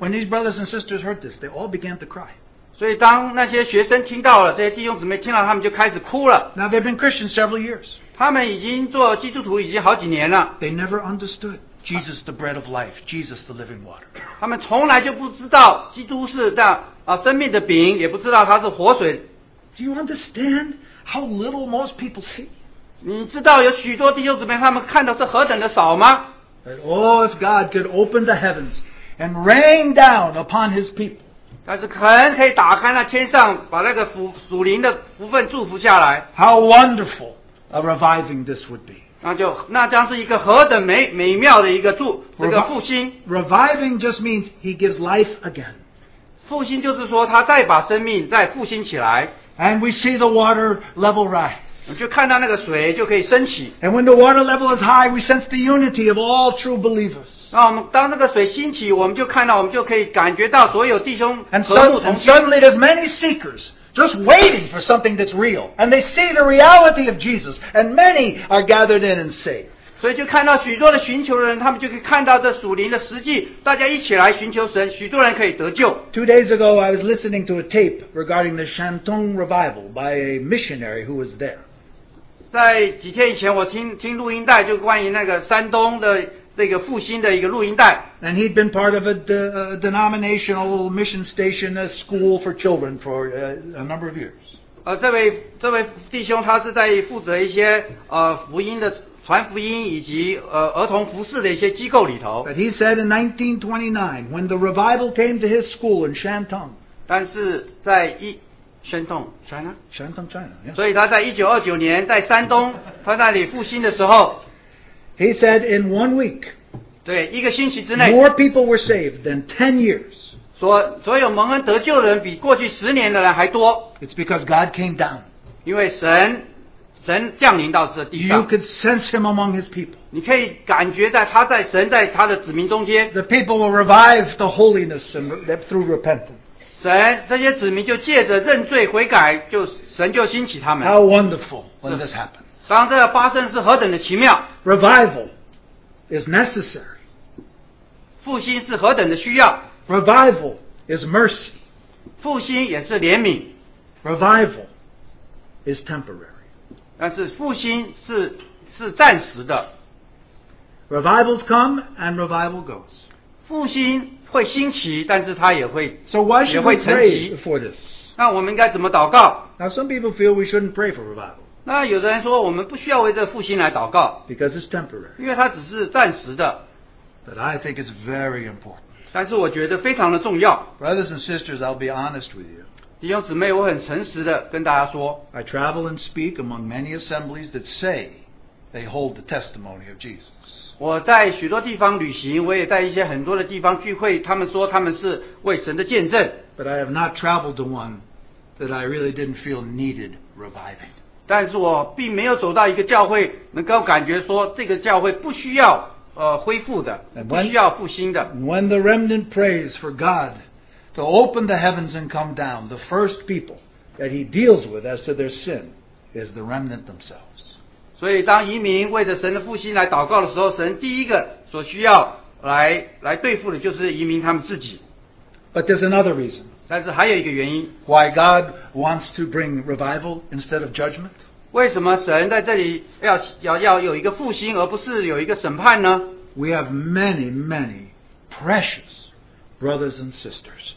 Speaker 2: When these brothers and sisters heard this, they all began to cry.
Speaker 1: 所以当那些学生听到了，这些弟兄姊妹听到，他们就开始哭了。
Speaker 2: Now, they've been Christians several years.
Speaker 1: 他们已经做基督徒已经好几年了，
Speaker 2: They never understood Jesus, the bread of life, Jesus, the living water.
Speaker 1: 他们从来就不知道基督是这样啊生命的饼，也不知道它是活水。
Speaker 2: Do you understand how little most people see?
Speaker 1: 你知道有许多弟兄姊妹他们看到是何等的少吗？
Speaker 2: That, oh, if God could open the heavens and rain down upon his people,
Speaker 1: 但是很可以打开那天上，把那个福属灵的福分祝福下来，
Speaker 2: how wonderful a reviving this would be.
Speaker 1: 那就那将是一个何等美美妙的一个祝这个复兴。
Speaker 2: Reviving just means he gives life again.
Speaker 1: 复兴就是说，他再把生命再复兴起来，
Speaker 2: And we see the water level rise.
Speaker 1: 你就看到那个水就可以升起。
Speaker 2: And when the water level is high, we sense the unity of all true believers.
Speaker 1: 那我们当那个水兴起，我们就看到，我们就可以感觉到所有弟兄
Speaker 2: And,
Speaker 1: 和
Speaker 2: sud-
Speaker 1: 睦同
Speaker 2: and
Speaker 1: 心。
Speaker 2: suddenly there's many seekers just waiting for something that's real. And they see the reality of Jesus. And many are gathered in and saved.
Speaker 1: 所以就看到许多的寻求的人，他们就可以看到这属灵的实际。大家一起来寻求神，许多人可以得救。
Speaker 2: Two days ago, I was listening to a tape regarding the Shantung revival by a missionary who was there.
Speaker 1: 在几天以前，我听听录音带，就关于那个山东的这个复兴的一个录音带。
Speaker 2: And he'd been part of a de- a denominational mission station, a school for children for uh, a number of years.
Speaker 1: 呃，这位这位弟兄他是在负责一些呃福音的传福音以及呃儿童服饰的一些机构里头，
Speaker 2: But he said in 1929, when the revival came to his school in Shantung,
Speaker 1: 但是在一宣动山啊，
Speaker 2: Shantung, China, yeah.
Speaker 1: 所以他在一九二九年在山东他那里复兴的时候，
Speaker 2: he said in one week,
Speaker 1: 对一个星期之内，
Speaker 2: more people were saved than 10 years.
Speaker 1: 所所有蒙恩得救的人比过去十年的人还多，
Speaker 2: It's because God came down.
Speaker 1: 因为神神降临到这地
Speaker 2: You
Speaker 1: 上，
Speaker 2: could sense him among his people.
Speaker 1: 你可以感觉在他在神在他的子民中间，
Speaker 2: The people were revived to holiness and re- through repentance.
Speaker 1: 神这些子民就借着认罪悔改，就神就兴起他们。
Speaker 2: How wonderful
Speaker 1: So-
Speaker 2: when this happened.
Speaker 1: 当这个发生是何等的奇妙，
Speaker 2: Revival is necessary.
Speaker 1: 复兴是何等的需要，
Speaker 2: Revival is mercy.
Speaker 1: 复兴也是怜悯，
Speaker 2: Revival is temporary.
Speaker 1: 但是复兴是是暂时的，
Speaker 2: Revivals come and revival goes.
Speaker 1: 复兴会兴起，但是它也会。
Speaker 2: So why should we
Speaker 1: Yahweh
Speaker 2: pray
Speaker 1: Tenji.
Speaker 2: for this?
Speaker 1: 那我们应该怎么祷告？
Speaker 2: Now some people feel we shouldn't pray for revival.
Speaker 1: 那有的人说，我们不需要为这复兴来祷告，
Speaker 2: because it's temporary.
Speaker 1: 因为它只是暂时的。
Speaker 2: But I think it's very important.
Speaker 1: 但是我觉得非常的重要，
Speaker 2: Brothers and sisters, I'll be honest with you.
Speaker 1: 弟兄姊妹，我很诚实的跟大家说，
Speaker 2: I travel and speak among many assemblies that say they hold the testimony of Jesus.
Speaker 1: 我在许多地方旅行，我也在一些很多的地方聚会，他们说他们是为神的见证，
Speaker 2: But I have not traveled to one that I really didn't feel needed reviving.
Speaker 1: 但是我并没有走到一个教会能够感觉说这个教会不需要呃恢复的，不需要复兴的。
Speaker 2: And when the remnant prays for God to open the heavens and come down, the first people that he deals with as to their sin is the remnant themselves.
Speaker 1: 所以当移民为着神的复兴来祷告的时候，神第一个所需要来来对付的就是移民他们自己。
Speaker 2: But there's another reason
Speaker 1: 但是还有一个原因，
Speaker 2: why God wants to bring revival instead of judgment.
Speaker 1: 为什么神在这里要要要有一个复兴，而不是有一个审判呢？
Speaker 2: We have many, many precious brothers and sisters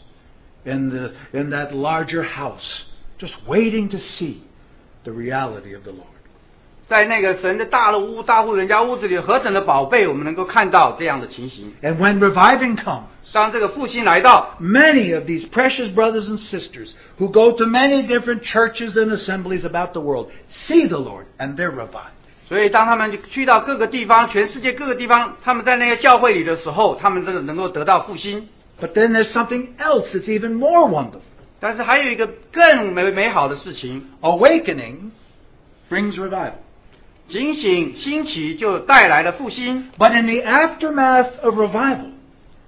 Speaker 2: in, the, in that larger house just waiting to see the reality of the Lord.
Speaker 1: 在那个神的大的屋、大户人家屋子里，何等的宝贝，我们能够看到这样的情形。
Speaker 2: And when reviving comes,
Speaker 1: 当这个复兴来到，
Speaker 2: many of these precious brothers and sisters who go to many different churches and assemblies about the world see the Lord and they're revived.
Speaker 1: 所以当他们去到各个地方，全世界各个地方，他们在那个教会里的时候，他们这个能够得到复兴。
Speaker 2: But then there's something else that's even more wonderful.
Speaker 1: 但是还有一个更美美好的事情，
Speaker 2: Awakening brings revival.
Speaker 1: 警醒兴起就带来了复兴。
Speaker 2: But in the aftermath of revival,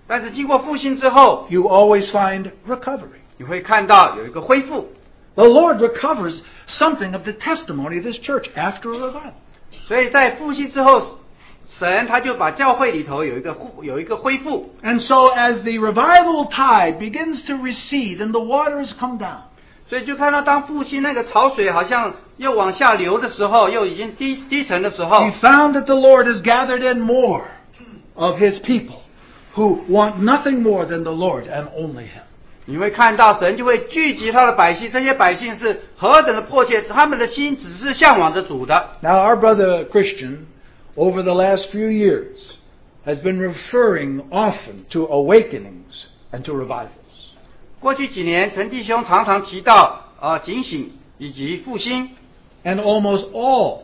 Speaker 1: 但是经过复兴之后，
Speaker 2: you always find recovery.
Speaker 1: 你会看到有一个恢复。
Speaker 2: The Lord recovers something of the testimony of His church after a revival.
Speaker 1: 所以在复兴之后，神他就把教会里头有一个恢有一个恢复。
Speaker 2: And so, as the revival tide begins to recede and the waters come down,
Speaker 1: 所以就看到当复兴那个潮水好像又往下流的时候，又已经低低沉的时候
Speaker 2: He，found that the Lord has gathered in more of His people who want nothing more than the Lord and only Him.
Speaker 1: 你会看到神就会聚集他的百姓，这些百姓是何等的迫切，他们的心只是向往着主的。
Speaker 2: Now, our brother Christian, over the last few years, has been referring often to awakenings and to revivals.
Speaker 1: 过去几年，陈弟兄常常提到呃警醒以及复兴，
Speaker 2: And almost all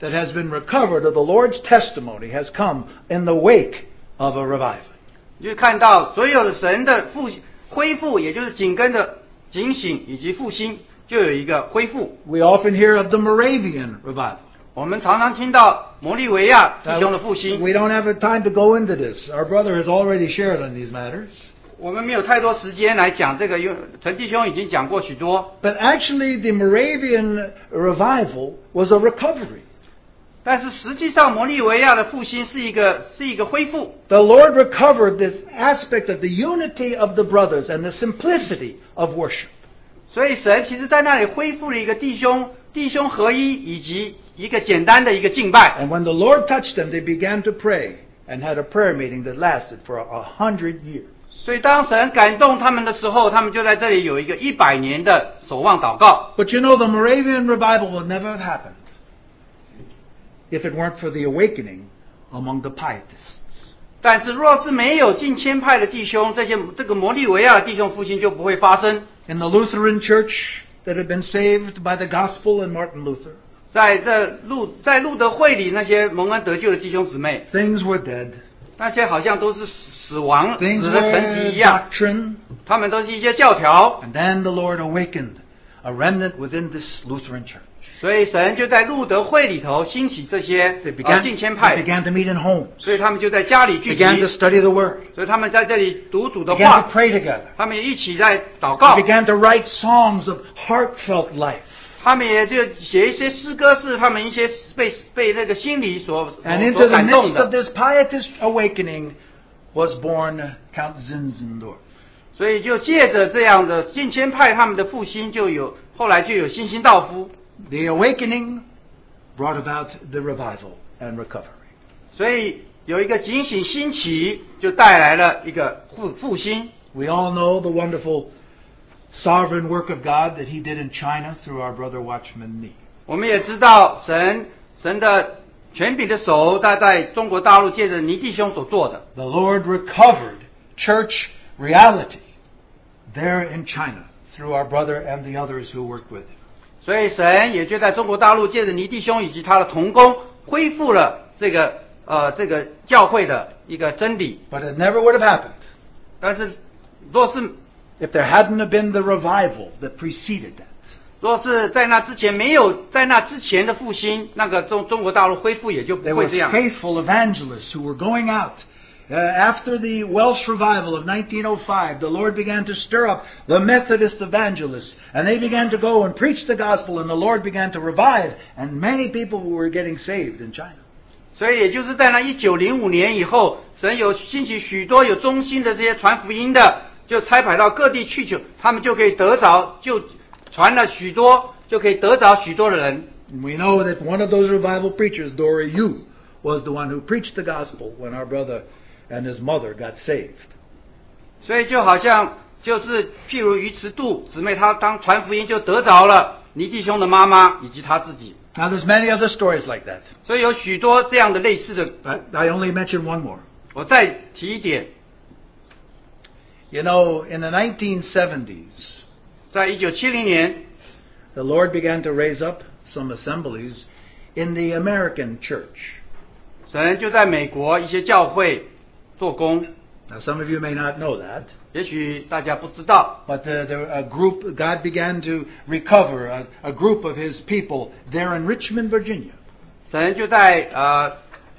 Speaker 2: that has been recovered of the Lord's testimony has come in the wake of a revival.
Speaker 1: 你就看到所有的神的复恢复，也就是紧跟着警醒以及复兴，就有一个恢复。
Speaker 2: We often hear of the Moravian revival.
Speaker 1: 我们常常听到摩利维亚弟兄的复
Speaker 2: Now,
Speaker 1: 兴，
Speaker 2: we don't have the time to go into this. Our brother has already shared on these matters.
Speaker 1: 我们没有太多时间来讲这个，因为陈弟兄已经讲过许多。
Speaker 2: But actually, the Moravian revival was a recovery.
Speaker 1: 但是实际上，摩利维亚的复兴是一个是一个恢复。
Speaker 2: The Lord recovered this aspect of the unity of the brothers and the simplicity of worship.
Speaker 1: 所以神其实在那里恢复了一个弟兄弟兄合一，以及一个简单的一个敬拜。
Speaker 2: And when the Lord touched them, they began to pray and had a prayer meeting that lasted for a hundred years.
Speaker 1: 所以当神感动他们的时候，他们就在这里有一个一百年的守望祷告。
Speaker 2: But you know, the Moravian revival would never have happened if it weren't for the awakening among the pietists.
Speaker 1: 但是若是没有近千派的弟兄，这些这个摩利维亚的弟兄复兴就不会发生。
Speaker 2: In the Lutheran church that had been saved by the gospel and Martin Luther,
Speaker 1: 在这路在路德会里，那些蒙恩得救的弟兄姊妹，
Speaker 2: things were dead.
Speaker 1: 那些好像都是死亡
Speaker 2: Things
Speaker 1: 死的成疾
Speaker 2: were
Speaker 1: 一样，
Speaker 2: doctrine.
Speaker 1: 他们都是一些教条，
Speaker 2: And then the Lord awakened a remnant within this Lutheran church.
Speaker 1: 所以神就在路德会里头兴起这些
Speaker 2: They
Speaker 1: 啊
Speaker 2: began,
Speaker 1: 近千
Speaker 2: they
Speaker 1: 派，
Speaker 2: began to meet in homes,
Speaker 1: 所以他们就在家里聚集，
Speaker 2: began to study the Word,
Speaker 1: 所以他们在这里读主的
Speaker 2: began to
Speaker 1: 话，
Speaker 2: pray together,
Speaker 1: 他们一起在祷告，
Speaker 2: began to write songs of heartfelt life.
Speaker 1: 他们也就写一些诗歌，是他们一些被被那个心理所所
Speaker 2: And into
Speaker 1: 所
Speaker 2: the
Speaker 1: 感
Speaker 2: midst
Speaker 1: 动
Speaker 2: of
Speaker 1: 的，
Speaker 2: this pietist awakening was born Count Zinzendorf.
Speaker 1: 所以就借着这样的近千派他们的复兴，就有后来就有新兴道夫。
Speaker 2: The awakening brought about the revival and recovery.
Speaker 1: 所以有一个警醒兴起，就带来了一个复复兴。
Speaker 2: We all know the wonderful sovereign work of God that he did in China through our brother Watchman Nee.
Speaker 1: 我们也知道神神的权柄的手，他在中国大陆借着尼弟兄所做的，
Speaker 2: The Lord recovered church reality there in China through our brother and the others who worked with him.
Speaker 1: 所以神也就在中国大陆借着尼弟兄以及他的同工，恢复了这个呃这个教会的一个真理。
Speaker 2: But it never would have happened
Speaker 1: 但是若是
Speaker 2: if there hadn't have been the revival that preceded that.
Speaker 1: 若是在那之前没有在那之前的复兴，那个中中国大陆恢复也就
Speaker 2: They
Speaker 1: 不会
Speaker 2: were
Speaker 1: 这样。
Speaker 2: faithful evangelists who were going out. Uh, after the Welsh revival of 1905, the Lord began to stir up the Methodist evangelists, and they began to go and preach the gospel, and the Lord began to revive, and many people were getting saved in China.
Speaker 1: 所以也就是在那一九零五年以后，神有兴起许多有忠心的这些传福音的，就差派到各地去求，他们就可以得着，就传了许多，就可以得着许多的人。
Speaker 2: And we know that one of those revival preachers, Dory Yu, was the one who preached the gospel when our brother and his mother got saved.
Speaker 1: 所以就好像就是譬如鱼池渡姊妹，她当传福音就得着了尼弟兄的妈妈以及她自己。
Speaker 2: Now, there's many other stories like that,
Speaker 1: 所以有许多这样的类似的，
Speaker 2: but I only mention one more.
Speaker 1: 我再提一点，
Speaker 2: You know, in the 1970s,
Speaker 1: 在一九七零年，
Speaker 2: the Lord began to raise up some assemblies in the American church.
Speaker 1: 神就在美国一些教会做工，
Speaker 2: Now, some of you may not know that,
Speaker 1: 也许大家不知道，
Speaker 2: but uh, there were a group, God began to recover a, a group of His people there in Richmond, Virginia.
Speaker 1: 神就在呃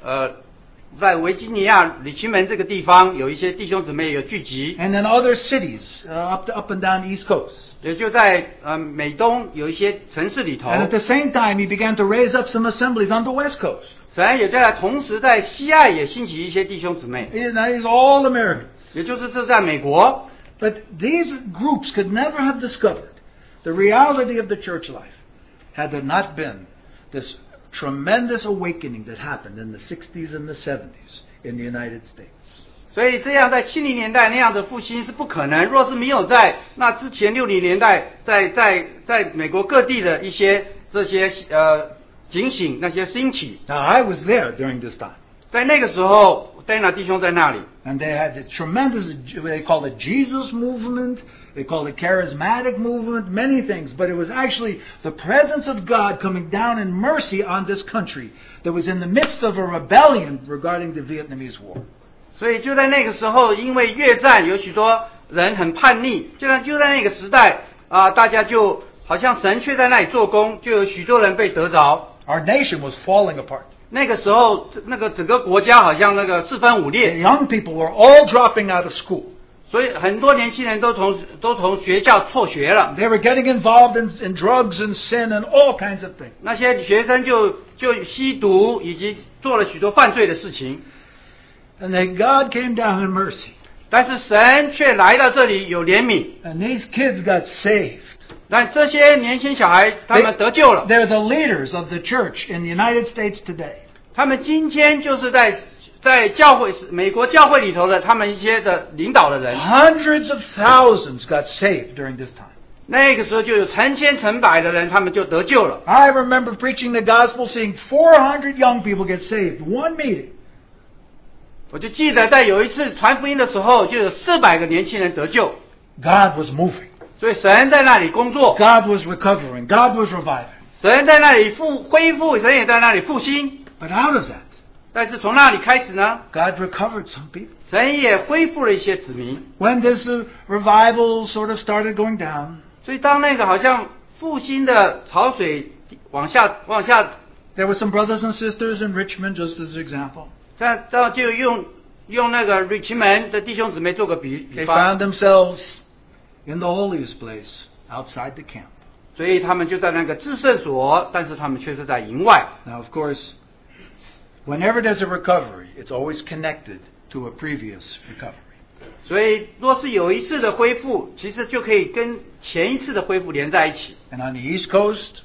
Speaker 1: 呃在维吉尼亚里奇门这个地方有一些弟兄姊妹有聚集，
Speaker 2: And in other cities uh, up, to, up and down the East Coast.
Speaker 1: 也就在呃美东有一些城市里头，
Speaker 2: And at the same time, He began to raise up some assemblies on the West Coast.
Speaker 1: 神也在同时在西岸也兴起一些弟兄姊妹，
Speaker 2: And that is all Americans.
Speaker 1: 也就是这在美国，
Speaker 2: But these groups could never have discovered the reality of the church life had there not been this tremendous awakening that happened in the 60s and the 70s in the United States.
Speaker 1: 所以这样在七零年代那样的复兴是不可能。若是没有在那之前六零年代，在在在美国各地的一些这些呃警醒那些兴起，
Speaker 2: Now, I was there during this time,
Speaker 1: 在那个时候，戴娜弟兄在那里，
Speaker 2: and they had the tremendous, they called it Jesus movement, they called it charismatic movement, many things, but it was actually the presence of God coming down in mercy on this country that was in the midst of a rebellion regarding the Vietnamese War.
Speaker 1: 所以就在那个时候，因为越战有许多人很叛逆，就在就在那个时代啊、大家就好像神却在那里做工，就有许多人被得着。
Speaker 2: Our nation was falling apart.
Speaker 1: 那个时候，那个整个国家好像那个四分五
Speaker 2: The
Speaker 1: 裂，
Speaker 2: young people were all dropping out of school.
Speaker 1: 所以很多年轻人都从都从学校辍学了。
Speaker 2: They were getting involved in, in drugs and sin and all kinds of things.
Speaker 1: 那些学生就就吸毒，以及做了许多犯罪的事情。
Speaker 2: And then God came down in mercy.
Speaker 1: 但是神却来到这里有怜悯，
Speaker 2: And these kids got saved.
Speaker 1: 但这些年轻小孩他们得救了。
Speaker 2: They're the leaders of the church in the United States today.
Speaker 1: 他们今天就是在在教会美国教会里头的他们一些的领导的人，
Speaker 2: 啊 Hundreds of thousands got saved during this time.
Speaker 1: 那个时候就有成千成百的人，他们就得救了。
Speaker 2: I remember preaching the gospel, seeing 400 young people get saved, one meeting.
Speaker 1: 我就记得在有一次传福音的时候，就有四百个年轻人得救，
Speaker 2: God was moving.
Speaker 1: 所以神在那里工作，
Speaker 2: God was recovering. God was reviving.
Speaker 1: 神在那里复恢复，神也在那里复兴。
Speaker 2: But out of that,
Speaker 1: 但是从那里开始呢？
Speaker 2: God recovered some people.
Speaker 1: 神也恢复了一些子民，
Speaker 2: when this uh, revival sort of started going down,
Speaker 1: 所以当那个好像复兴的潮水往下往下，
Speaker 2: there were some brothers and sisters in Richmond, just as an example.
Speaker 1: 这这就用用那个瑞奇门的弟兄姊妹做个比比
Speaker 2: They
Speaker 1: 方，
Speaker 2: found themselves in the holiest place outside the camp.
Speaker 1: 所以他们就在那个制胜所，但是他们却是在营外。
Speaker 2: Now, of course, whenever there's a recovery, it's always connected to a previous recovery.
Speaker 1: 所以若是有一次的恢复，其实就可以跟前一次的恢复连在一起。
Speaker 2: And on the East Coast,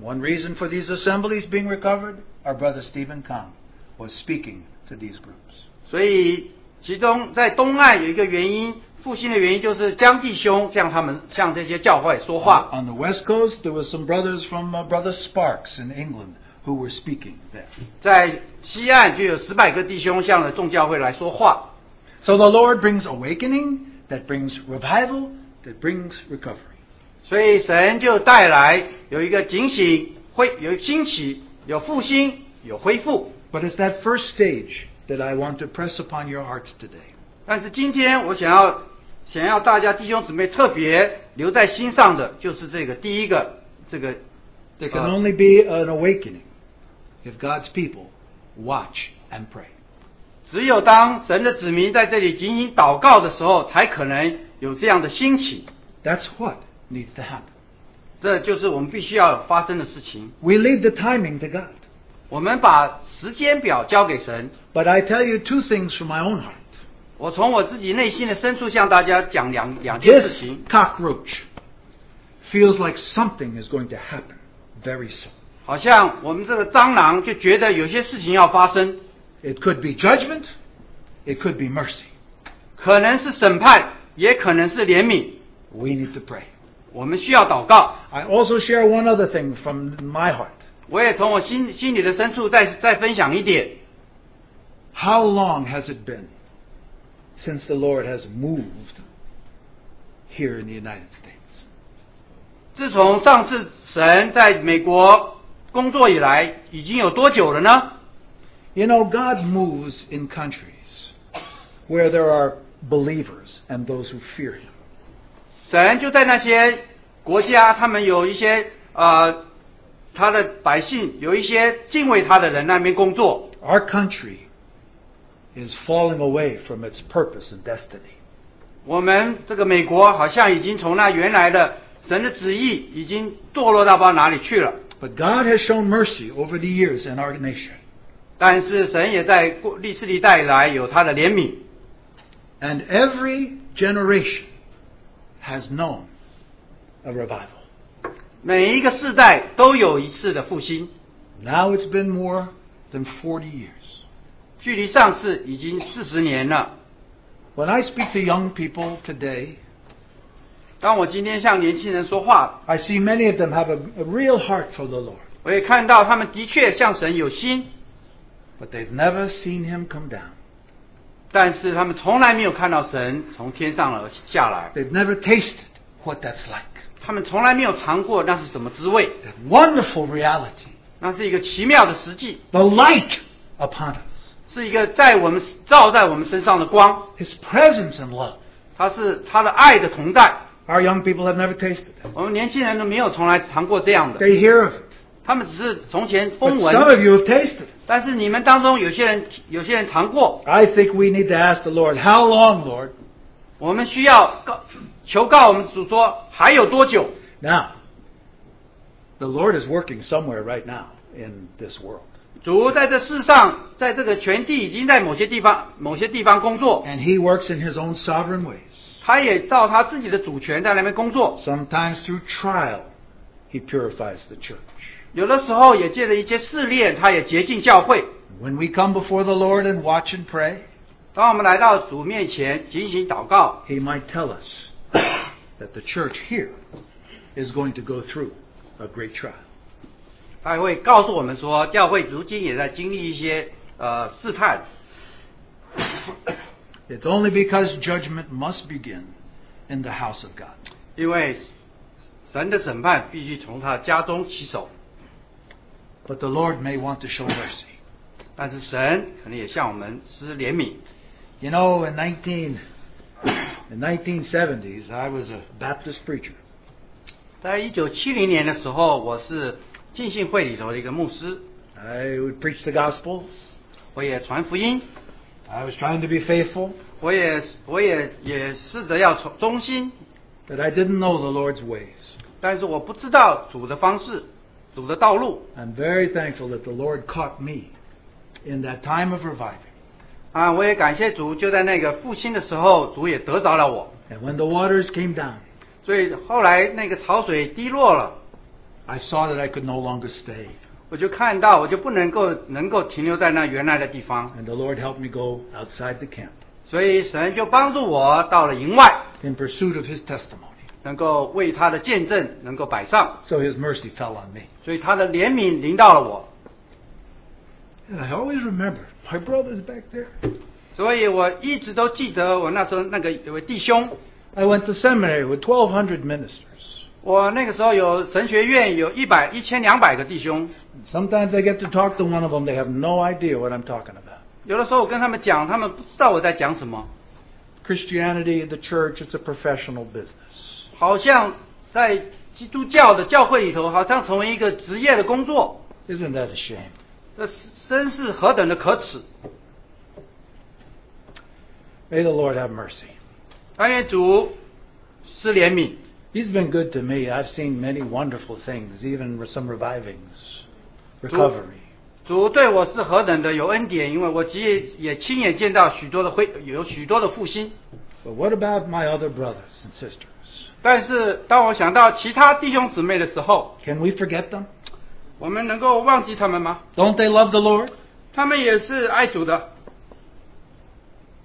Speaker 2: one reason for these assemblies being recovered, our brother Stephen Kahn was speaking to these groups.
Speaker 1: 所以其中在东岸有一个原因，复兴的原因就是江弟兄向他们向这些教会说话。
Speaker 2: On the West Coast, there was some brothers from uh, Brother Sparks in England who were speaking there.
Speaker 1: 在西岸就有十百个弟兄向了众教会来说话，
Speaker 2: So the Lord brings awakening, that brings revival, that brings recovery.
Speaker 1: 所以神就带来有一个警醒，恢有兴起，有复兴，有恢复。
Speaker 2: But it's that first stage that I want to press upon your hearts today.
Speaker 1: 但是今天我想要想要大家弟兄姊妹特别留在心上的，就是这个第一个这个
Speaker 2: There can
Speaker 1: 呃
Speaker 2: only be an awakening if God's people watch and pray.
Speaker 1: 只有当神的子民在这里警醒祷告的时候，才可能有这样的兴起。
Speaker 2: That's what needs to happen.
Speaker 1: 这就是我们必须要发生的事情。
Speaker 2: We leave the timing to God.
Speaker 1: 我们把时间表交给神。
Speaker 2: But I tell you two things from my own heart.
Speaker 1: 我从我自己内心的深处向大家讲两两件事
Speaker 2: This
Speaker 1: 情。
Speaker 2: cockroach feels like something is going to happen very soon.
Speaker 1: 好像我们这个蟑螂就觉得有些事情要发生，
Speaker 2: It could be judgment, it could be mercy.
Speaker 1: 可能是审判，也可能是怜悯。
Speaker 2: We need to pray.
Speaker 1: 我们需要祷告。
Speaker 2: I also share one other thing from my heart.
Speaker 1: 我也从我心心里的深处再再分享一点。
Speaker 2: How long has it been since the Lord has moved here in the United States?
Speaker 1: 自从上次神在美国工作以来，已经有多久了呢？
Speaker 2: You know, God moves in countries where there are believers and those who fear Him.
Speaker 1: 神就在那些国家，他们有一些呃，他的百姓有一些敬畏他的人那边工作。
Speaker 2: Our country is falling away from its purpose and destiny.
Speaker 1: 我们这个美国好像已经从那原来的神的旨意已经堕落到不知道哪里去了。
Speaker 2: But God has shown mercy over the years in our nation.
Speaker 1: 但是神也在过历史历代以来有他的怜悯，
Speaker 2: And every generation has known a revival.
Speaker 1: 每一个世代都有一次的复兴。
Speaker 2: Now it's been more than 40 years.
Speaker 1: 距离上次已经四十年了。
Speaker 2: When I speak to young people today,
Speaker 1: 当我今天向年轻人说话，
Speaker 2: I see many of them have a, a real heart for the Lord,
Speaker 1: 我也看到他们的确向神有心，
Speaker 2: but they've never seen Him come down.
Speaker 1: 但是他们从来没有看到神从天上而下来，
Speaker 2: They've never tasted what that's like.
Speaker 1: 他们从来没有尝过那是什么滋味，
Speaker 2: That wonderful reality,
Speaker 1: 那是一个奇妙的实际，
Speaker 2: the light upon us,
Speaker 1: 是一个在我们照在我们身上的光，
Speaker 2: His presence and love.
Speaker 1: 它是他的爱的同在。
Speaker 2: Our young people have never tasted it.
Speaker 1: 我们年轻人都没有从来尝过这样的，
Speaker 2: They hear of it.
Speaker 1: 他们只是从前
Speaker 2: But
Speaker 1: 风闻，
Speaker 2: some of you have tasted it.
Speaker 1: 但是你们当中有些人有些人尝过，
Speaker 2: I think we need to ask the Lord, how long, Lord?
Speaker 1: 我们需要告求告我们主说还有多久？
Speaker 2: Now, the Lord is working somewhere right now in this world.
Speaker 1: 主在这世上，在这个全地已经在某些地方某些地方工作，
Speaker 2: And He works in His own sovereign ways.
Speaker 1: 他也照他自己的主权在那边工作。
Speaker 2: Sometimes through trial, He purifies the church.
Speaker 1: 有的时候也借着一些试炼，他也洁净教会。
Speaker 2: When we come before the Lord and watch and pray,
Speaker 1: 当我们来到主面前进行祷告，
Speaker 2: He might tell us that the church here is going to go through a great trial.
Speaker 1: 他也会告诉我们说，教会如今也在经历一些呃试探。
Speaker 2: It's only because judgment must begin in the house of God.
Speaker 1: 因为神的审判必须从他家中起手，
Speaker 2: But the Lord may want to show mercy.
Speaker 1: 但是神可能也向我们施怜悯。
Speaker 2: You know, in 19, in 1970s, I was a Baptist preacher.
Speaker 1: 在一九七零年的时候，我是浸信会里头的一个牧师，
Speaker 2: I would preach the gospel.
Speaker 1: 我也传福音，
Speaker 2: I was trying to be faithful,
Speaker 1: 我也我也也试着要从忠心，
Speaker 2: but I didn't know the Lord's ways.
Speaker 1: 但是我不知道主的方式，主的道路
Speaker 2: I'm very thankful that the Lord caught me in that time of reviving.
Speaker 1: 啊！我也感谢主，就在那个复兴的时候，主也得着了我，
Speaker 2: And when the waters came down,
Speaker 1: 所以后来那个潮水滴落了，
Speaker 2: I saw that I could no longer stay.
Speaker 1: 我就看到我就不能够能够停留在那原来的地方，
Speaker 2: And the Lord helped me go outside the camp.
Speaker 1: 所以神就帮助我到了营外，
Speaker 2: in pursuit of his testimony.
Speaker 1: 能够为他的见证能够摆上，
Speaker 2: So his mercy fell on me.
Speaker 1: 所以他的怜悯临到了我，
Speaker 2: And I always remember, my brother's back there.
Speaker 1: 所以我一直都记得我那时候那个有位弟兄，
Speaker 2: I went to seminary with 1,200 ministers.
Speaker 1: 我那个时候有神学院有一百一千两百个弟兄，
Speaker 2: And sometimes I get to talk to one of them, they have no idea what I'm talking about.
Speaker 1: 有的时候我跟他们讲，他们不知道我在讲什么，
Speaker 2: Christianity, the church, it's a professional business.
Speaker 1: 好像在基督教的教会里头，好像成为一个职业的工作，
Speaker 2: Isn't that a shame?
Speaker 1: 这是真是何等的可耻！
Speaker 2: May the Lord have mercy.
Speaker 1: 但愿主施怜悯，
Speaker 2: He's been good to me. I've seen many wonderful things, even with some revivings, recovery.
Speaker 1: 主对我是何等的有恩典，因为我也也亲眼见到许多的恢有许多的复兴。
Speaker 2: But what about my other brothers and sisters?
Speaker 1: 但是当我想到其他弟兄姊妹的时候，
Speaker 2: Can we forget them?
Speaker 1: 我们能够忘记他们吗？
Speaker 2: Don't they love the Lord?
Speaker 1: 他们也是爱主的，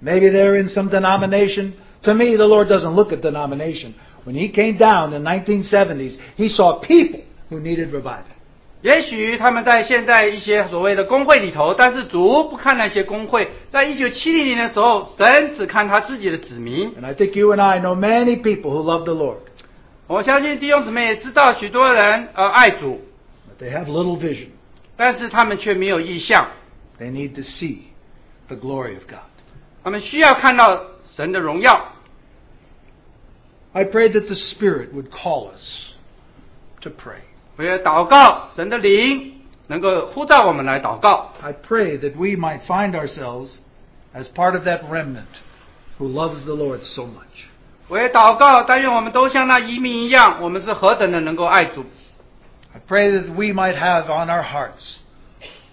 Speaker 2: Maybe they're in some denomination. To me, the Lord doesn't look at denomination. When He came down in the 1970s, He saw people who needed revival.
Speaker 1: 也许他们在现在一些所谓的工会里头，但是主不看那些工会。在一九七零年的时候，神只看他自己的子民。
Speaker 2: And I think you and I know many people who love the Lord,
Speaker 1: 我相信弟兄姊妹也知道，许多人呃爱主，
Speaker 2: but they have little vision.
Speaker 1: 但是他们却没有意向，
Speaker 2: They need to see the glory of God.
Speaker 1: 他们需要看到神的荣耀。
Speaker 2: I pray that the Spirit would call us to pray.
Speaker 1: 我也祷告神的灵能够呼召我们来祷告。
Speaker 2: I pray that we might find ourselves as part of that remnant who loves the Lord so much.
Speaker 1: 我也祷告，但愿我们都像那移民一样，我们是何等的能够爱主。
Speaker 2: I pray that we might have on our hearts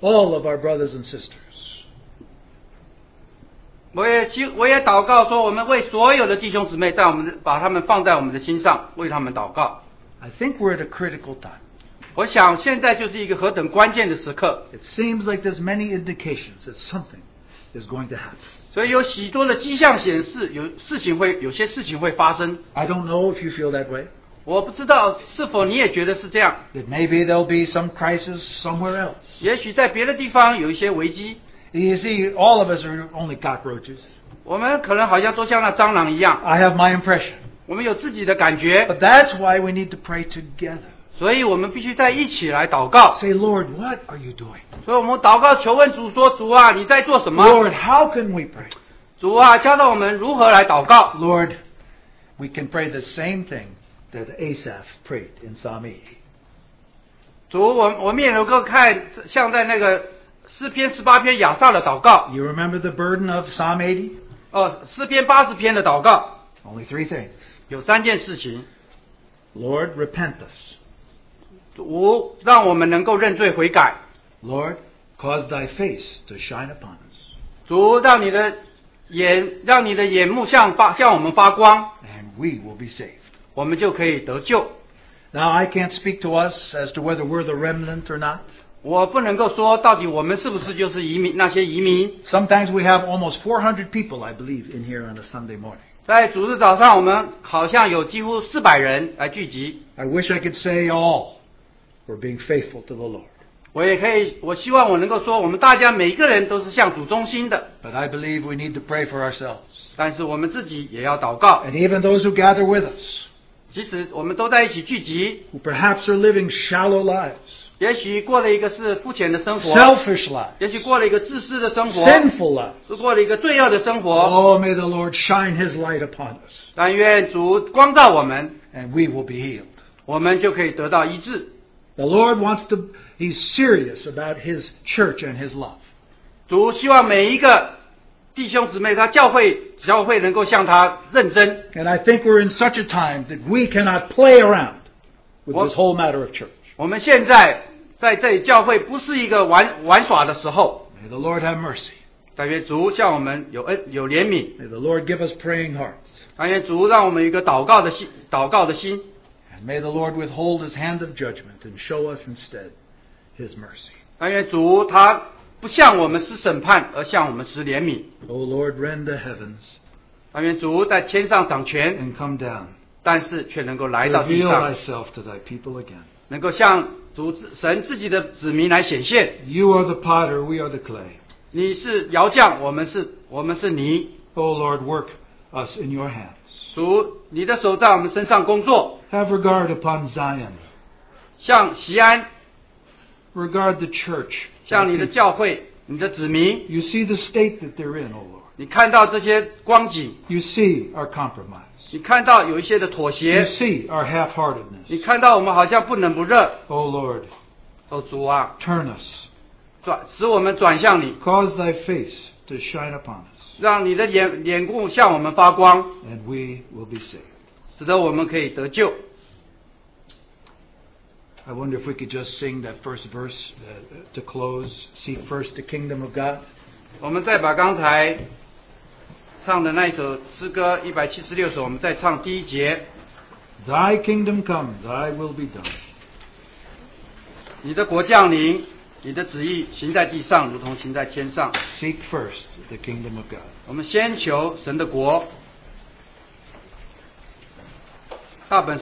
Speaker 2: all of our brothers and sisters.
Speaker 1: 我也希，我也祷告说，我们为所有的弟兄姊妹，在我们的把他们放在我们的心上，为他们祷告。
Speaker 2: I think we're at a critical time.
Speaker 1: 我想现在就是一个何等关键的时刻，
Speaker 2: It seems like there's many indications that something is going to happen.
Speaker 1: 所以有许多的迹象显示，有事情会，有些事情会发生。
Speaker 2: I don't know if you feel that way.
Speaker 1: 我不知道是否你也觉得是这样，
Speaker 2: That maybe there'll be some crisis somewhere else.
Speaker 1: 也许在别的地方有一些危机，
Speaker 2: You see, all of us are only cockroaches.
Speaker 1: 我们可能好像都像那蟑螂一样，
Speaker 2: I have my impression.
Speaker 1: 我们有自己的感觉。
Speaker 2: But that's why we need to pray together.
Speaker 1: 所以我们必须在一起来祷告。
Speaker 2: Say, Lord, what are you doing?
Speaker 1: 所以我们祷告求问主说：“主啊，你在做什么？
Speaker 2: Lord, how can we pray?
Speaker 1: 主啊，教导我们如何来祷告。
Speaker 2: Lord, we can pray the same thing that Asaph prayed in Psalm 80.
Speaker 1: 主，我我们也能够看像在那个诗篇十八篇雅萨的祷告，
Speaker 2: You remember the burden of Psalm 80?
Speaker 1: 呃，诗篇八十篇的祷告，
Speaker 2: Only three things.
Speaker 1: 有三件事情：
Speaker 2: Lord, repent us.
Speaker 1: 主让我们能够认罪悔改；
Speaker 2: Lord, cause thy face to shine upon us.
Speaker 1: 主让你的眼让你的眼目向发向我们发光，
Speaker 2: And we will be saved.
Speaker 1: 我们就可以得救。
Speaker 2: Now, I can't speak to us as to whether we're the remnant or not.
Speaker 1: 我不能够说到底我们是不是就是移民那些移民，
Speaker 2: Sometimes we have almost 400 people, I believe, in here on a Sunday morning.
Speaker 1: 在主日早上，我们好像有几乎四百人来聚集。
Speaker 2: I wish I could say all were being faithful to the Lord.
Speaker 1: 我也可以，我希望我能够说，我们大家每一个人都是向主忠心的，
Speaker 2: But I believe we need to pray for ourselves
Speaker 1: 但是我们自己也要祷告。
Speaker 2: and even those who gather with us,
Speaker 1: 其实我们都在一起聚集，
Speaker 2: who perhaps are living shallow lives,
Speaker 1: 也许过了一个是肤浅的生活，
Speaker 2: selfish lives,
Speaker 1: 也许过了一个自私的生活，
Speaker 2: sinful lives.
Speaker 1: 是过了一个罪恶的生活。
Speaker 2: Oh, may the Lord shine His light upon us
Speaker 1: 但愿主光照我们，
Speaker 2: and we will be healed.
Speaker 1: 我们就可以得到医治。
Speaker 2: The Lord wants to, He's serious about His church and His love.
Speaker 1: 主希望每一个弟兄姊妹，他教会教会能够向他认真。
Speaker 2: And I think we're in such a time that we cannot play around with
Speaker 1: What-
Speaker 2: this whole matter of church.
Speaker 1: 我们现在在这里教会不是一个玩玩耍的时候，
Speaker 2: May the Lord have mercy.
Speaker 1: 但愿主向我们有恩有怜悯，
Speaker 2: May the Lord give us praying hearts.
Speaker 1: 但愿主让我们有一个祷告的心，祷告的心，
Speaker 2: And may the Lord withhold his hand of judgment and show us instead his mercy.
Speaker 1: 但愿主他不向我们施审判，而向我们施怜悯。
Speaker 2: O Lord, rend the heavens
Speaker 1: 但愿主在天上掌权，
Speaker 2: and come down.
Speaker 1: 但是却能够来到地
Speaker 2: Reveal
Speaker 1: 上，
Speaker 2: thyself to thy people again.
Speaker 1: 能够向主自神自己的子民来显现。
Speaker 2: You are the potter, we are the clay.
Speaker 1: 你是窑匠，我们是我们是泥，
Speaker 2: O Lord, work us in your hands.
Speaker 1: 主你的手在我们身上工作，
Speaker 2: Have regard upon Zion.
Speaker 1: 向西安，
Speaker 2: Regard the church.
Speaker 1: 向你的教会，你的子民，
Speaker 2: You see the state that they're in, O Lord.
Speaker 1: 你看到这些光景，
Speaker 2: You see our compromise.
Speaker 1: 你看到有一些的妥
Speaker 2: You
Speaker 1: 协，
Speaker 2: see our half
Speaker 1: 你
Speaker 2: heartedness.
Speaker 1: 看到我们好像不冷不热，
Speaker 2: O Lord,
Speaker 1: 哦主啊，
Speaker 2: turn us.
Speaker 1: 转使我们转向你，
Speaker 2: Cause thy face to shine upon us,
Speaker 1: 让你的脸脸顾向我们发光，
Speaker 2: and we will be saved.
Speaker 1: 使得我们可以得救。
Speaker 2: I wonder if we could just sing that first verse uh, to close. Seek first the kingdom of God.
Speaker 1: 我们再把刚才唱的那一首诗歌一百七十六首，我们再唱第一节。
Speaker 2: Thy kingdom come, thy will be done.
Speaker 1: 你的国降临，你的旨意行在地上，如同行在天上。
Speaker 2: Seek first the kingdom of God.
Speaker 1: 我们先求神的国。大本。